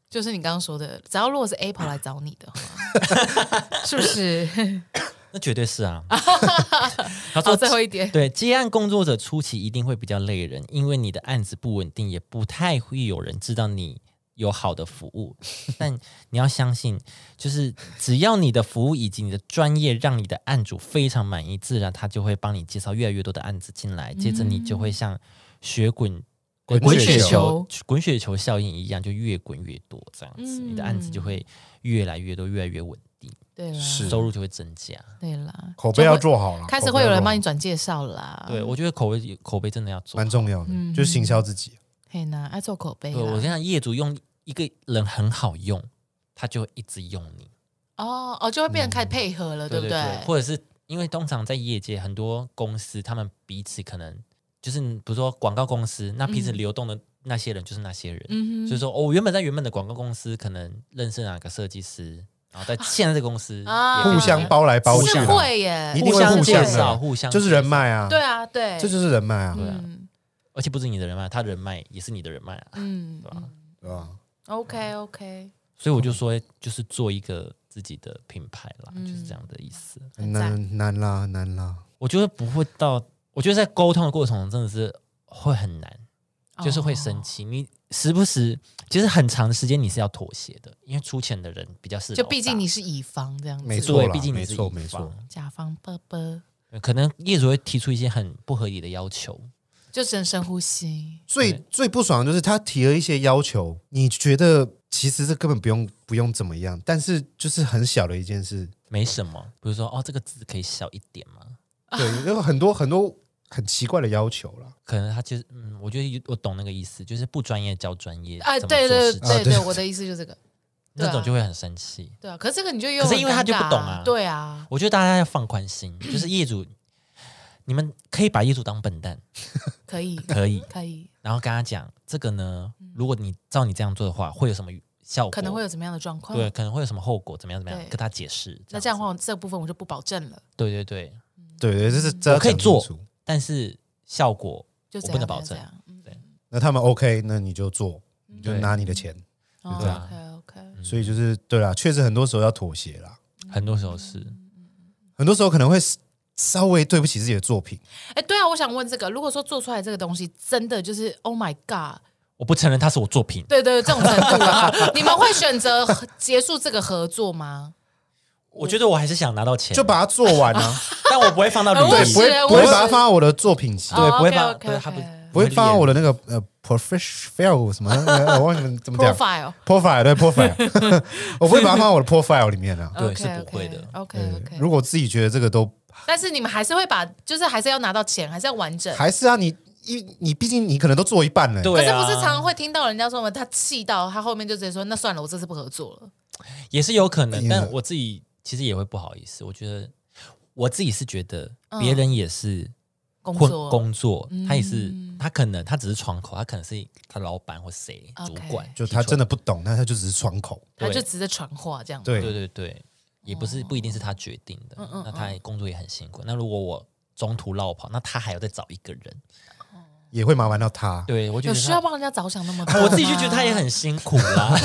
S2: 就是你刚刚说的，只要如果是 Apple 来找你的话， 是不是？
S1: 那绝对是啊。他
S2: 好，
S1: 说
S2: 最后一点，
S1: 对，接案工作者初期一定会比较累人，因为你的案子不稳定，也不太会有人知道你有好的服务。但你要相信，就是只要你的服务以及你的专业让你的案主非常满意，自然他就会帮你介绍越来越多的案子进来，接着你就会像雪滚。
S3: 滚
S1: 雪
S3: 雪
S2: 球，
S1: 滚雪球效应一样，就越滚越多，这样子，你的案子就会越来越多，越来越稳定，
S2: 对啊啦，
S3: 是
S1: 收入就会增加。
S2: 对啦，
S3: 口碑
S2: 就
S3: 要
S2: 会，
S3: 做好了，
S2: 开始会有人帮你
S3: 口碑要做
S2: 转介绍啦。
S1: 对，我觉得口碑口碑真的要
S3: 好，
S1: 做
S3: 蛮重要的
S2: 嗯，
S3: 就是行销自己。
S2: 嘿呐，爱做口碑啦。
S1: 对呃我现在业主用一个人很好用，他就会一直用你，
S2: 哦哦，就会变成开始配合呃了，对不
S1: 嗯对或者是因为通常在业界很多公司，他们彼此可能就是比如说广告公司，那彼此
S2: 嗯
S1: 流动的那些人就是那些人，
S2: 嗯哼，
S1: 所以说哦，我原本在原本的广告公司可能认识哪个设计师，然后在现在这个公司
S2: 啊
S1: 也
S3: 互相包来包去
S2: 是
S3: 啊，
S2: 会耶，
S3: 一定
S1: 互
S3: 会
S1: 相
S3: 互
S1: 介
S3: 相的
S1: 绍，互相
S3: 就是
S1: 介
S3: 人
S1: 绍，
S3: 脉啊，
S2: 对，啊，对，
S3: 这就是人脉啊，
S1: 对啊
S2: 嗯
S1: 而且不止你的人脉，他人脉也是你的人脉啊，
S2: 嗯
S1: 对吧？
S3: 对吧？
S2: ，OK OK，
S1: 所以我就说，就是做一个自己的品牌啦，
S2: 嗯
S1: 就是这样的意思。
S3: 嗯
S2: 很赞
S3: 难难啦，难啦，
S1: 我觉得不会到，我觉得在沟通的过程中真的是会很难，
S2: 哦
S1: 就是会生
S2: 气，
S1: 气。你时不时，其实很长的时间你是要妥协的，因为出钱的人比较是老大，
S2: 哦就毕竟你是乙方这样子，
S3: 没错
S1: 对，
S3: 啦
S1: 毕竟你
S3: 没
S1: 是
S3: 错
S1: 乙
S3: 没错
S1: 方
S2: 甲方啵啵，
S1: 可能业主会提出一些很不合理的要求，
S2: 就只能深呼吸，
S3: 最
S1: 对
S3: 最不爽的就是他提了一些要求，你觉得其实这根本不用不用怎么样，但是就是很小的一 件事，
S1: 没什么，比如说哦，这个字可以小一点嘛。
S3: 对，有很多很多很奇怪的要求啦。
S1: 可能他就是，嗯，我觉得有我懂那个意思，就是不专业教专业，
S2: 哎，
S1: 怎么
S2: 对
S1: 做
S2: 对
S1: 事情
S2: 对
S3: 啊对
S2: 对，我的意思就这个，对啊
S1: 那种就会很生气。
S2: 对啊，可是这个你就又
S1: 可是因为
S2: 很
S1: 他就
S2: 尴
S1: 不
S2: 尬
S1: 懂啊
S2: 对啊，
S1: 我觉得大家要放宽心，就是业主，你们可以把业主当笨蛋，
S2: 可以
S1: 可以，
S2: 可以，
S1: 然后跟他讲这个呢，如果你照你这样做的话，会有什么效果？
S2: 嗯可能会有怎么样的状况？
S1: 哦对，，可能会有什么后果？怎么样？怎么样？
S2: 对
S1: 跟他解释。
S2: 那这样
S1: 子
S2: 的话，这部分我就不保证了，
S1: 对对对，
S3: 对
S2: 嗯
S3: 对，这是这要
S1: 我可以
S3: 讲清
S1: 做
S3: 楚
S1: 但是效果
S2: 就
S1: 我
S2: 这样
S1: 不能保
S2: 这
S1: 证
S2: 样，嗯
S3: 那他们 OK，那你就做，你就
S1: 对
S3: 拿你的钱。
S2: 哦
S1: 这样
S2: ，OK OK。
S3: 所以
S2: 嗯
S3: 就是对啦，确实很多时候要妥协啦，
S1: 很多时候是
S3: 很多时候可能会稍微对不起自己的作品。
S2: 哎，对啊，我想问这个，如果说做出来这个东西真的就是 Oh my God，
S1: 我不承认它是我作品，
S2: 对对，对这种程 度啊，你们会选择和结束这个合作吗？
S1: 我觉得我还是想拿到钱，
S3: 就把它做 完啊，
S1: 但我不会 放到履
S2: 很务
S1: 历
S3: 对，
S2: 实
S3: 不会
S2: 我
S3: 不会
S2: 哦是哦
S3: 把它放到我的作品集，
S1: 对，不会放，
S2: OK，OK，OK
S1: 对，他不
S3: 不会放到
S1: 列
S3: 我的那个呃 professional 什么，呃我忘了怎么讲
S2: profile
S3: profile 对 profile，我不 会把它放到我的 profile 里面啊。
S1: 对是不会的
S2: OK
S3: 对
S2: OK，
S3: 如果自己觉得这个都
S2: 但是你们还是会把，就是还是要拿到钱，还是要完整。
S3: 还是啊，你一你毕竟你可能都做一半了，
S2: 可
S1: 呃对
S2: 是
S1: 啊，
S2: 不是常常会听到人家说嘛，他气到他后面就直接说，那算了，我这次不合作了。
S1: 也是有可能，
S3: Yeah
S1: 但我自己其实也会不好意思。我觉得我自己是觉得别人也是
S2: 嗯工
S1: 混
S2: 作
S1: 工作，
S2: 嗯
S1: 他也是他可能他只是窗口，他可能是他老板或谁
S2: OK
S1: 主管，
S3: 就他真的不懂，那他就只是窗口。
S2: 他就
S1: 对
S2: 只是传话这样。
S3: 对
S1: 对对对，也不是不一定是他决定的
S2: 哦嗯嗯。
S1: 那他工作也很辛苦。那如果我中途落跑，那他还要再找一个人，
S3: 也会麻烦到他。
S1: 对我觉
S2: 有
S1: 得
S2: 需要
S1: 他
S2: 帮人家着想那么多吗
S1: 我自己就觉得他也很辛苦 啦。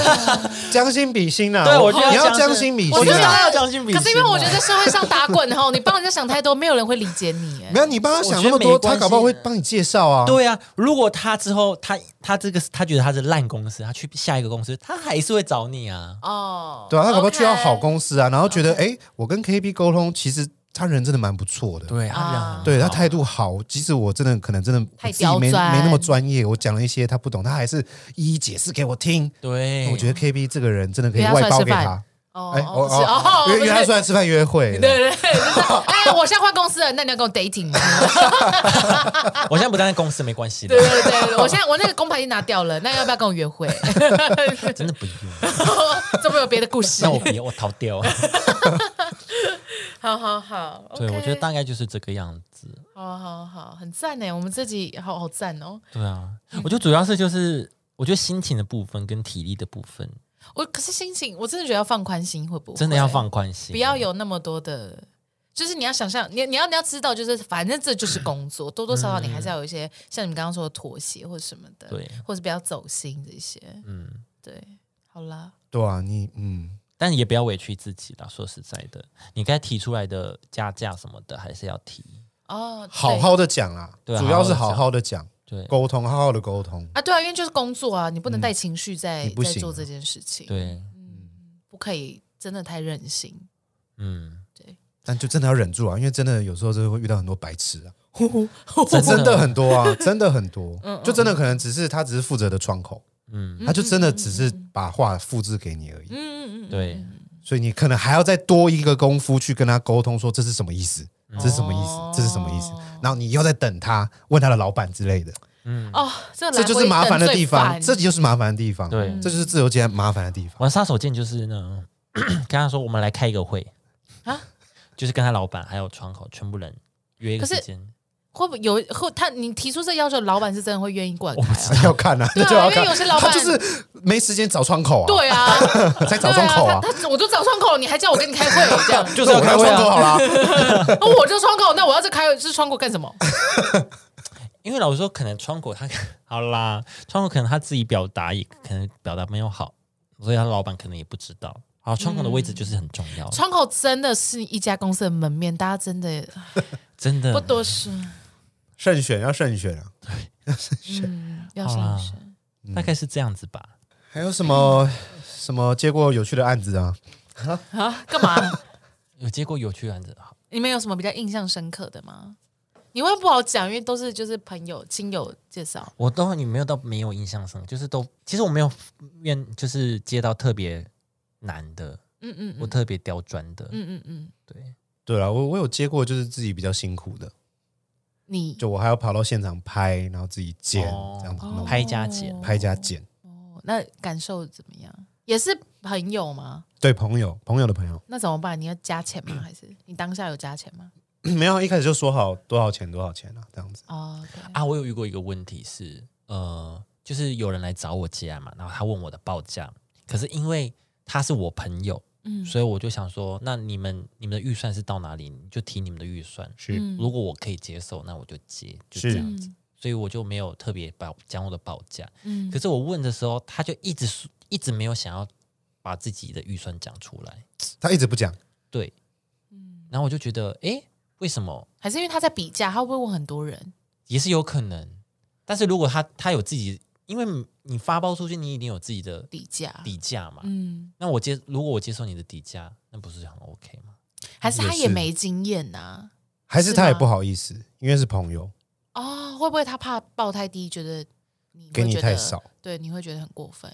S3: 将心比心啊，
S1: 对，我觉得
S3: 你要
S1: 这样
S3: 将
S1: 是
S3: 心比
S1: 我觉
S3: 心
S1: 得
S3: 啊。
S1: 要将心比心
S2: 可
S1: 啊。
S2: 是因为我觉得在社会上打滚后，你帮人家想太多，没有人会理解你。哎
S3: 没有，你帮他想那么
S1: 我
S3: 多，
S1: 觉得
S3: 他
S1: 没关系
S3: 搞不好会帮你介绍啊。
S1: 对啊，如果他之后他他这个他觉得他是烂公司，他去下一个公司，他还是会找你啊。
S2: 哦，
S3: 对啊，他搞不好去到好
S2: OK
S3: 公司啊，然后觉得哎，我跟 KB 沟通，其实他人真的蛮不错的。
S2: 啊
S1: 对，他啊人很好
S3: 对他态度好，即使我真的可能真的
S2: 太
S3: 我自己
S2: 刁
S3: 没
S2: 钻
S3: 没那么专业，我讲了一些他不懂，他还是一一解释给我听。
S1: 对，
S3: 我觉得 KB 这个人真的可以
S2: 约他
S3: 外包
S2: 出来
S3: 给
S2: 吃饭
S3: 他，
S2: 哦
S3: 哎，
S2: 哦不是哦，
S3: 约约他
S2: 不
S3: 出
S2: 是
S3: 来吃饭约会，
S2: 对对对，就是哎，我现在换公司了，那你要跟我 dating 吗？
S1: 我现在不在公司没关系的
S2: 啊对，对对对，我现在我那个工牌已经拿掉了，那要不要跟我约会？
S1: 真的不用。
S2: 这不有别的故事
S1: 那？我别我逃 掉。
S2: 好好好，
S1: 对，
S2: OK
S1: 我觉得大概就是这个样子。
S2: 好好好，很赞呢，我们自己好好赞哦。
S1: 对啊，我觉得主要是就是我觉得心情的部分跟体力的部分
S2: 我可是心情，我真的觉得要放宽心，会不会
S1: 真的要放宽心，
S2: 不要有那么多的，就是你要想象，你你要你要知道，就是反正这就是工作，多多少少你
S3: 嗯
S2: 还是要有一些像你们刚刚说的妥协或者什么的，
S1: 对，
S2: 或者不要走心这些，
S1: 嗯，
S2: 对，好啦，
S3: 对啊，你嗯，
S1: 但也不要委屈自己啦。说实在的，你该提出来的加价什么的还是要提。
S2: 哦，对
S3: 好好的讲啊，
S1: 对
S3: 主要是
S1: 好好
S3: 好
S1: 地
S3: 好的讲，
S1: 对
S3: 沟通，好好的沟通。
S2: 啊，对啊，因为就是工作啊，你不能带情绪在、
S3: 嗯你不
S2: 在
S3: 行
S2: 做
S3: 啊
S2: 这件事情，，嗯
S1: 对，
S2: 不可以真的太任性，
S1: 嗯，
S3: 但就真的要忍住啊，因为真的有时候真的会遇到很多白 痴啊，
S1: 真
S3: 真的
S1: 的，
S3: 很多啊，真的很多
S2: 嗯，
S3: 就真的可能只是他只是负责的窗口，
S1: 嗯，
S3: 他就真的只是把话复制给你而已，
S2: 嗯嗯嗯，
S1: 对，
S3: 所以你可能还要再多一个功夫去跟他沟通，说这是什么意思，这是什么意
S2: 哦
S3: 思，这是什么意思，嗯然后你又在等他问他的老板之类的，
S2: 哦，这
S3: 这就是麻烦的地
S2: 来回
S3: 方，
S2: 一等最烦啊
S3: 这就是麻烦的地方，
S1: 对
S3: 这就是自由接案麻烦的地 方。
S1: 玩杀手锏就是呢， 跟他说我们来开一个会
S2: 啊
S1: 啊，就是跟他老板还有窗口全部人约一个时间，
S2: 会不会有会他你提出这要求，老板是真的会愿意过来开啊？
S3: 要看啊，
S2: 对啊
S3: 就要
S2: 因
S3: 看
S2: 为有些老板
S3: 他就是没时间找窗口啊，
S2: 对啊，
S3: 才找窗口啊
S2: 对，他他我都找窗口了，你还叫我跟你开会这样？
S1: 就是要
S3: 那
S1: 开
S3: 我
S1: 会
S3: 来窗口
S1: 啊。
S3: 好啦。
S2: 哦我就窗口，那我要这开这窗口干什么？
S1: 因为老实说，可能窗口他 好啦，窗口可能他自己表达也可能表达没有好，所以他老板可能也不知道。好，窗口的位置就是很重要，
S2: 嗯窗口真的是一家公司的门面，大家 真的
S1: 真的
S2: 不多说，
S3: 慎选要慎选啊！
S2: 要
S1: 好
S2: 慎
S1: 啦
S2: 选。
S1: 大概是这样子吧。
S3: 还有什么什么接过有趣的案子啊？
S2: 啊？干嘛？嗯
S1: 有接过有趣的案子，好
S2: 你们有什么比较印象深刻的吗？你会不好讲，因为都是就是朋友亲友介绍。
S1: 我都你没有到没有印象深，就是都其实我没有面就是接到特别难的，
S2: 嗯嗯
S1: 我
S2: 嗯
S1: 特别刁钻的，
S2: 嗯嗯嗯，
S1: 对，
S3: 对了，我我有接过，就是自己比较辛苦的，
S2: 你
S3: 就我还要跑到现场拍，然后自己剪、
S1: 哦
S3: 这样子弄，
S1: 拍加减
S3: 拍加剪。
S2: 哦，那感受怎么样？也是朋友吗？
S3: 对朋友朋友的朋友，
S2: 那怎么办？你要加钱吗？还是你当下有加钱吗？
S3: 没有一开始就说好多少钱多少钱啊，这样子。
S2: 哦，对
S1: 啊，我有遇过一个问题是，呃，就是有人来找我接案嘛，然后他问我的报价，可是因为他是我朋友，
S2: 嗯
S1: 所以我就想说，那你们你们的预算是到哪里，你就提你们的预算。
S3: 是
S2: 嗯
S1: 如果我可以接受，那我就接，就是这样子。所以我就没有特别把讲我的报价。
S2: 嗯
S1: 可是我问的时候，他就一直说一直没有想要把自己的预算讲出来。
S3: 他一直不讲，
S2: 嗯
S1: 对，然后我就觉得，诶，为什么？
S2: 还是因为他在比价，他会不会问很多人？
S1: 也是有可能。但是如果他他有自己，因为你发包出去，你一定有自己的
S2: 底价，
S1: 底价嘛。
S2: 嗯，
S1: 那我接，如果我接受你的底价，那不是很 OK 吗？
S2: 还是他
S3: 也
S2: 也
S3: 是
S2: 没经验啊呐、
S3: 还是他也
S2: 是吗
S3: 不好意思，因为是朋友，
S2: 哦，会不会他怕报太低，觉得你会
S3: 给你
S2: 觉
S3: 太
S2: 得
S3: 少，
S2: 对，你会觉得很过分。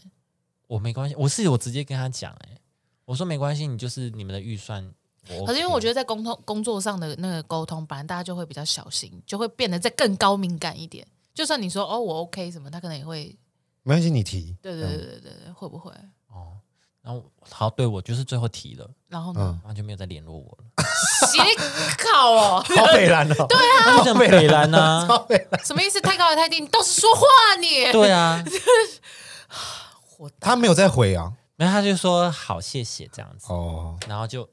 S1: 我没关系，我是我直接跟他讲，哎，我说没关系，你就是你们的预算我 OK。
S2: 可是因为我觉
S1: 得
S2: 得在工通工作上的那个沟通，本来大家就会比较小心，就会变得再更高敏感一点。就算你说哦我 OK 什么，他可能也会
S3: 没关系，你提。
S2: 对对对对对对，会不会？
S1: 哦，然后好，对我就是最后提了，
S2: 然后呢？
S3: 嗯
S1: 然后就没有再联络我了。
S2: 写考哦，
S3: 好北蓝 哦，对 啊，
S1: 那就像北兰啊，
S3: 好北蓝。
S2: 什么意思？太高了太低，你倒是说话你。
S1: 对啊，
S2: 火大，
S3: 他没有再回啊。
S1: 然后他就说好，谢谢这样子，
S3: 哦，
S1: 然后就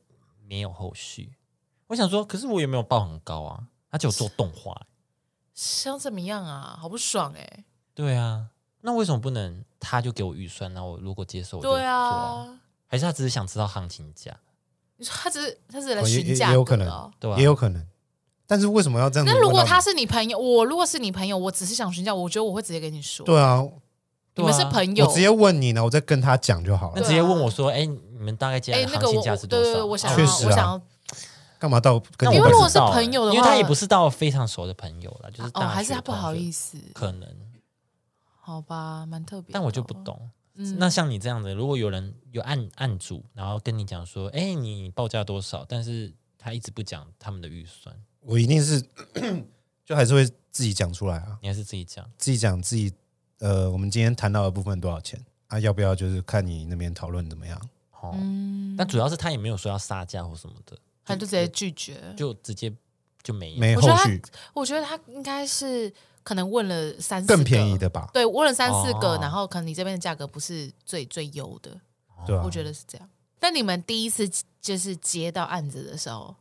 S1: 没有后续。我想说，可是我也没有报很高啊，他就做动画、哎
S2: 想怎么样啊？好不爽哎、
S1: 对啊，那为什么不能他就给我预算？然后我如果接受，我就做
S2: 对，啊，
S1: 还是他只是想知道行情价？
S2: 你说他只是他只是来
S3: 哦也
S2: 询
S3: 也
S2: 价
S3: 也有可
S2: 格
S3: 能
S2: 哦。
S1: 对啊吧、
S3: 也有可能。但是为什么要这样子
S2: 那
S3: 问到你？
S2: 如果他是你朋友，我如果是你朋友，我只是想询价，我觉得我会直接跟你说。
S3: 对啊，
S2: 你们
S1: 对
S2: 是
S1: 啊
S2: 朋友，
S3: 我直接问你呢，我再跟他讲就好
S1: 那
S3: 了
S2: 对，
S1: 直接问我说：“哎、你们大概接下
S2: 哎
S1: 来，
S2: 那
S1: 行
S2: 个我
S1: 情
S2: 对
S1: 价是多
S2: 对
S1: 少？”
S2: 对，我想
S1: 啊
S2: 要，
S3: 确实
S2: 我
S3: 啊
S2: 想要
S3: 干嘛到跟
S1: 那
S3: 你
S1: 我不
S2: 因为
S1: 知道
S2: 如果是朋友的话
S1: 因为他也不是到非常熟的朋友了，就是
S2: 欸哦，还是他
S1: 他
S2: 不好意
S1: 思，
S2: 思，
S1: 可能。
S2: 好吧，蛮特别的哦。
S1: 但我就不懂。
S2: 嗯，
S1: 那像你这样的，如果有人有按按住，然后跟你讲说：“哎、你报价多少？”但是他一直不讲他们的预算，
S3: 我一定是 就还是会自己讲出来啊，
S1: 你还是自己讲。
S3: 自己讲自己。呃，我们今天谈到的部分多少钱啊？要不要就是看你那边讨论怎么样？
S1: 哦，
S2: 嗯，
S1: 但主要是他也没有说要杀价或什么的，
S2: 他就直接拒绝。
S1: 就直接就没有。
S3: 没
S2: 我
S3: 后
S2: 觉得他
S3: 续
S2: 我觉得他应该是可能问了三四
S3: 更
S2: 个
S3: 便宜，的吧？
S2: 对，问了三四个
S1: 哦，
S2: 然后可能你这边的价格不是最最优的，
S3: 对啊
S2: 哦我，觉得是这样。那你们第一次就是接到案子的时候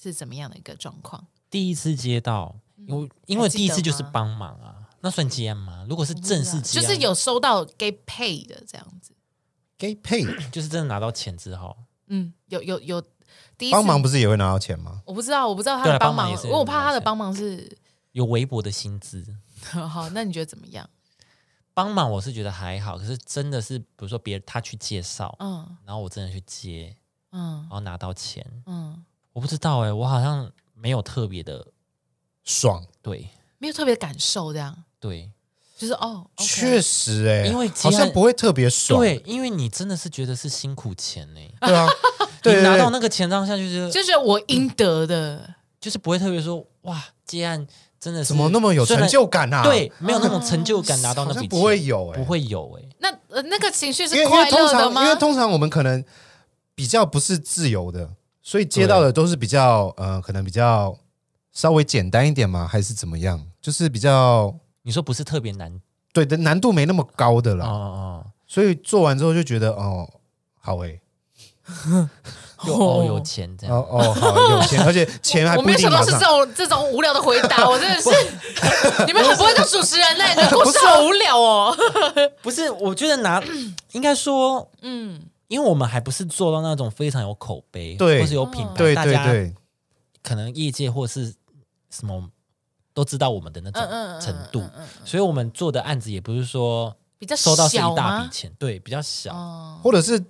S2: 是怎么样的一个状况？
S1: 第一次接到，因为因为
S2: 嗯还记得
S1: 第一次就是
S2: 吗啊
S1: 帮忙啊，那算接案吗？如果是啊正式接
S2: 就
S1: 案，
S2: 是有收到给 pay 的这样子，
S3: 给配
S1: 就是真的拿到钱之后，
S2: 嗯，有有有第一次
S3: 帮忙不是也会拿到钱吗？
S2: 我不知道，我不知道他
S1: 对
S2: 的
S1: 啊
S2: 帮
S1: 帮忙
S2: 忙，
S1: 也是
S2: 因为我怕他
S1: 很
S2: 的
S1: 明显
S2: 帮忙是
S1: 有微薄的薪资。
S2: 好。那你觉得怎么样？
S1: 帮忙我是觉得还好，可是真的是，比如说别人他去介绍，
S2: 嗯
S1: 然后我真的去接，
S2: 嗯
S1: 然后拿到钱，
S2: 嗯，
S1: 我不知道哎、我好像没有特别的
S3: 爽，
S1: 对
S2: 没有特别感受，这样
S1: 对
S2: 就是哦，
S3: 确
S2: 实
S3: 实哎、
S1: 因为
S3: 好
S1: 既然
S3: 像不会特别爽，
S1: 对，因为你真的是觉得是辛苦钱呢、
S3: 对啊，对
S1: 你
S3: 对
S1: 拿
S3: 对
S1: 到那个钱当下就是
S2: 就是我应得的，
S1: 就是不会特别说哇接案真的是
S3: 怎么那么有成就感啊？
S1: 虽然对，没有那种成就感拿到那笔
S3: 好
S1: 钱
S3: 像不会有哎、
S1: 不会有哎、
S2: 那呃那个情绪是
S3: 因为因为
S2: 快
S3: 通
S2: 乐的
S3: 常
S2: 吗？
S3: 因为通常我们可能比较不是自由的，所以接到的都是比较呃，可能比较稍微简单一点嘛，还是怎么样？就是比较
S1: 你说不是特别难
S3: 对的难度没那么高的
S1: 哦
S3: 啦，
S1: 哦
S3: 所以做完之后就觉得哦。好诶、
S1: 哦，就哦有钱这样，
S3: 哦哦好，有 钱，而且钱还
S2: 我
S3: 不
S2: 没
S3: 一
S2: 有
S3: 定
S2: 想
S3: 马
S2: 到是这
S3: 上。
S2: 种这种无聊的回 答，我真的是你们好不会做主持人呢、你的故
S3: 不
S2: 事
S3: 是
S2: 好无聊哦。
S1: 不是？我觉得拿应该说，
S2: 嗯，
S1: 因为我们还不是做到那种非常有口碑，嗯
S3: 对
S1: 或是有品牌，
S3: 对
S1: 大
S3: 对
S1: 家
S3: 对，
S1: 可能业界或是什么都知道我们的那
S2: 嗯嗯嗯
S1: 种
S2: 嗯
S1: 程度
S2: 嗯嗯，
S1: 所以我们做的案子也不是说
S2: 比较
S1: 收到是
S2: 小
S1: 一大笔
S2: 吗？
S1: 钱，对，比较小，
S2: 哦，
S3: 或者是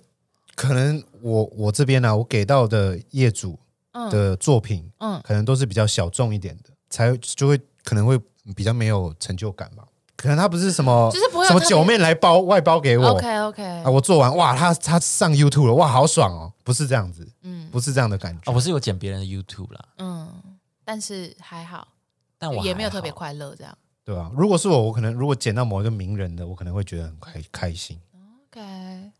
S3: 可能我我这边呢、啊我给到的业主
S2: 嗯
S3: 的作品，
S2: 嗯，
S3: 可能都是比较小众一点的，才就会可能会比较没有成就感吧。可能他不是什么，
S2: 就是不会有
S3: 什么
S2: 特别
S3: 九妹来包外包给我
S2: OK OK，
S3: 啊，我做完哇，他他上 YouTube 了，哇，好爽哦，不是这样子，
S2: 嗯
S3: 不是这样的感
S1: 啊，
S3: 觉。
S1: 我是有剪别人的 YouTube 啦，
S2: 嗯，但是还好，
S1: 但我
S2: 也
S1: 还
S2: 没有特
S1: 好
S2: 别，快乐这样。
S3: 对吧、如果是我，我可能如果捡到某一个名人的，我可能会觉得很开开心。
S2: OK，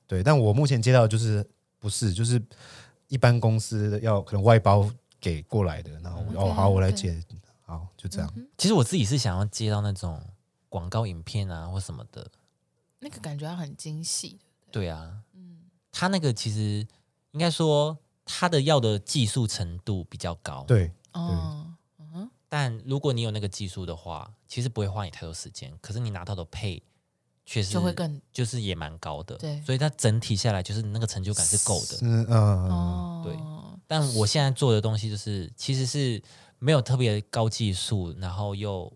S3: 对，但我目前接到的就是不是就是一般公司要可能外包给过来的，然后我、
S2: OK，
S3: 哦好，我来
S2: OK
S3: 接，好就这样。
S1: 其实我自己是想要接到那种广告影片啊或什么的，
S2: 那个感觉要很精细。
S1: 对啊，
S2: 嗯
S1: 他那个其实应该说他的要的技术程度比较高，。
S3: 对，
S2: 哦，嗯哼，
S1: 但如果你有那个技术的话，其实不会花你太多时间，可是你拿到的配确实
S2: 就会更
S1: 就是也蛮高的，
S2: 对
S1: 所以它整体下来就是那个成就感是够的。
S3: 嗯嗯、呃
S2: 哦，
S1: 对但我现在做的东西就是其实是没有特别高技术，然后又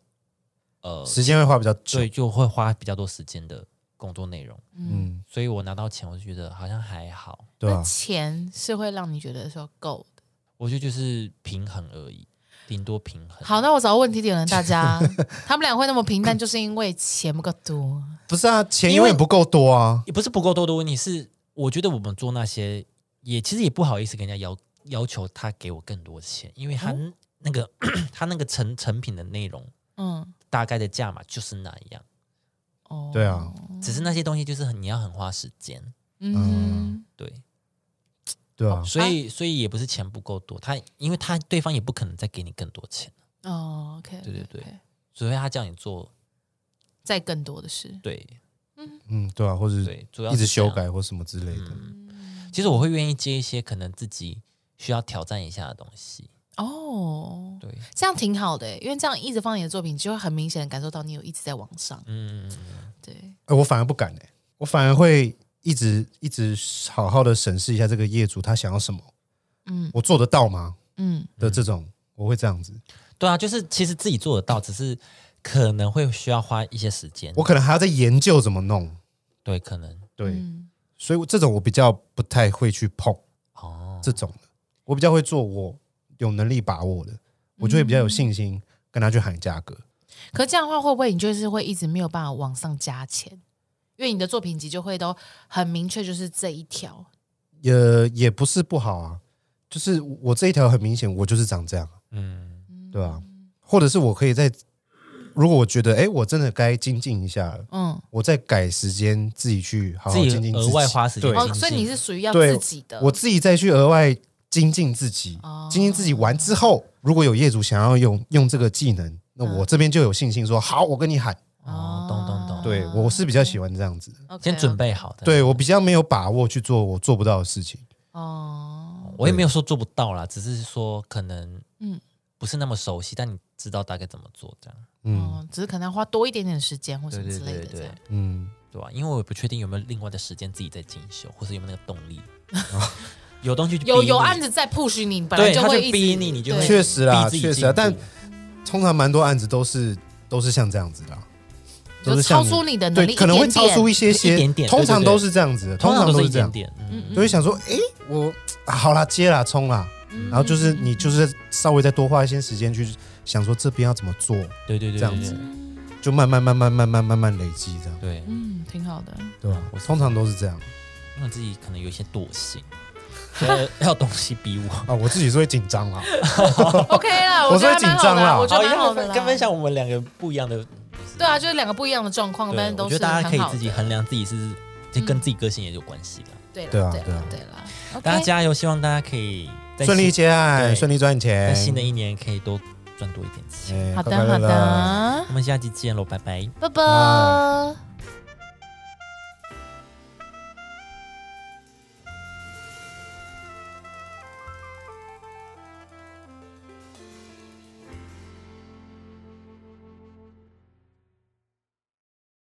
S1: 呃，
S3: 时间会花比较久
S1: 对，。就会花比较多时间的工作内容，
S2: 嗯，
S3: 嗯，
S1: 所以我拿到钱，我就觉得好像还好，
S3: 对啊吧、
S2: 那钱是会让你觉得说够的。
S1: 我觉得就是平衡而已，顶多平衡。
S2: 好，那我找问题点了大家，他们俩会那么平淡，就是因为钱不够多。
S3: 不是啊，钱
S1: 因为
S3: 永远不够多啊。
S1: 也不是不够多的问题，是我觉得我们做那些也其实也不好意思跟人家要要求他给我更多钱，因为他
S2: 哦
S1: 那个、 他那个成成品的内容
S2: 嗯，
S1: 大概的价码就是那样，
S2: 哦，
S3: 对啊，
S1: 只是那些东西就是很你要很花时间，
S2: 嗯
S1: 对，
S3: 对啊，
S1: 所以所以也不是钱不够多，他因为他对方也不可能再给你更多钱，
S2: 哼，哦，OK，
S1: 对对对，除非他叫你做
S2: 再更多的是，
S1: 对
S3: 嗯，对啊，或者
S1: 对，主要
S3: 一直
S1: 是这
S3: 修
S1: 样。
S3: 改或什么之类的。
S1: 嗯其实我会愿意接一些可能自己需要挑战一下的东西，
S2: 哦，
S1: 对，
S2: 这样挺好的欸，因为这样一直放你的作品，就会很明显的感受到你有一直在往上。
S1: 嗯，嗯嗯嗯
S2: 对，
S3: 哎、我反而不敢哎、我反而会一直一直好好的审视一下这个业主他想要什么，
S2: 嗯
S3: 我做得到吗
S2: 嗯
S3: 的这种，我会这样子。
S1: 对啊，就是其实自己做得到，只是可能会需要花一些时间。
S3: 我可能还要再研究怎么弄。
S1: 对，可能
S3: 对，
S2: 嗯
S3: 所以我这种我比较不太会去碰
S1: 哦，
S3: 这种的，我比较会做我有能力把握的，我就会比较有信心跟他去喊价格。
S2: 可这样的话，会不会你就是会一直没有办法往上加钱？因为你的作品集就会都很明确，就是这一条。
S3: 也也不是不好啊，就是我这一条很明显，我就是长这样，啊
S1: 嗯，
S3: 对吧、啊或者是我可以在，如果我觉得哎、诶我真的该精进一下了，
S2: 嗯，
S3: 我再改时间自己去好好
S1: 自己
S3: 哦精进
S1: 额外花时间
S3: 对
S1: 精
S2: 哦，
S1: 进
S2: 所以你是属于要
S3: 对
S2: 自己的。
S3: 我自己再去额外精进自己，
S2: 哦
S3: 精进自己完之后，如果有业主想要用用这个技能，那
S2: 嗯
S3: 我这边就有信心说好，我跟你喊。
S1: 哦，懂懂懂，
S3: 对我是比较喜欢这样子的，
S2: OK，
S1: 先准备好的。
S3: 对我比较没有把握去做我做不到的事情。
S2: 哦，
S1: 我也没有说做不到啦，只是说可能
S2: 嗯
S1: 嗯不是那么熟悉，但你知道大概怎么做这样，
S3: 嗯
S2: 哦，只是可能要花多一点点时间或什
S1: 对
S2: 么
S1: 对
S2: 之类
S1: 对
S2: 的这
S1: 对
S2: 样。
S3: 嗯，
S1: 对吧？因为我也不确定有没有另外的时间自己在进修，或是有没有那个动 力，哦有东西去
S2: 有
S1: 逼
S2: 有
S1: 你
S2: 案，子在 push 你，你本来
S1: 对，他
S2: 会
S1: 就
S2: 一直
S1: 逼你，你就会
S2: 对
S3: 确实啦
S1: 逼自己
S3: 确实
S1: 进
S3: 啊但
S1: 步
S3: 通常蛮多案子都是都是像这样子的啊，都
S2: 就是超
S3: 像你
S2: 出你的能力
S3: 对，
S2: 一
S3: 可能会
S2: 点
S3: 超
S2: 点
S3: 出一些些，
S1: 一点点
S3: 通常
S1: 对对对
S3: 都是这样子的，
S1: 通
S3: 常
S1: 常
S3: 都
S1: 是
S3: 是
S1: 一
S3: 这样
S1: 点，点，嗯，
S2: 嗯
S3: 就会想说，诶，我啊好啦，接啦，冲啦，然后就是你就是稍微再多花一些时间去想说这边要怎么做，
S1: 对对对，
S3: 这样
S1: 对
S3: 子就慢慢慢慢慢慢慢慢累积这样，
S1: 对，
S2: 嗯，挺好的。
S3: 对吧？我通常都是这样
S1: 因为我自己可能有一些惰性，所以要 要东西逼 我。
S3: 啊，我自己是会紧张啦，
S2: OK 啦，
S3: 我
S2: 觉得还
S3: 说
S2: 蛮
S3: 紧
S2: 好
S3: 张
S2: 的啊
S3: 啦
S2: 我觉得蛮好
S1: 好，
S2: 的啦。
S1: 跟分享我们两个不一样的，
S2: 对啊，就是两个不一样的状况，但
S1: 对我
S2: 是，都
S1: 觉得
S2: 是
S1: 大家可
S2: 很
S1: 以
S2: 好的。嗯
S1: 自己衡量自己是，这跟自己个性也有关系的。
S2: 对啦
S3: 对啊
S2: 对
S3: 对
S2: 啦
S3: 啊
S2: 对啦。OK
S1: 大家加油，希望大家可以在
S3: 顺利
S1: 新
S3: 接案，
S1: 对
S3: 顺利赚
S1: 在
S3: 钱，
S1: 新的一年可以多赚多一点钱。
S3: 哎
S2: 好
S3: 快
S2: 的
S3: 快
S2: 好
S3: 乐乐
S2: 的，
S1: 我们下期见喽，拜拜。
S2: 拜拜。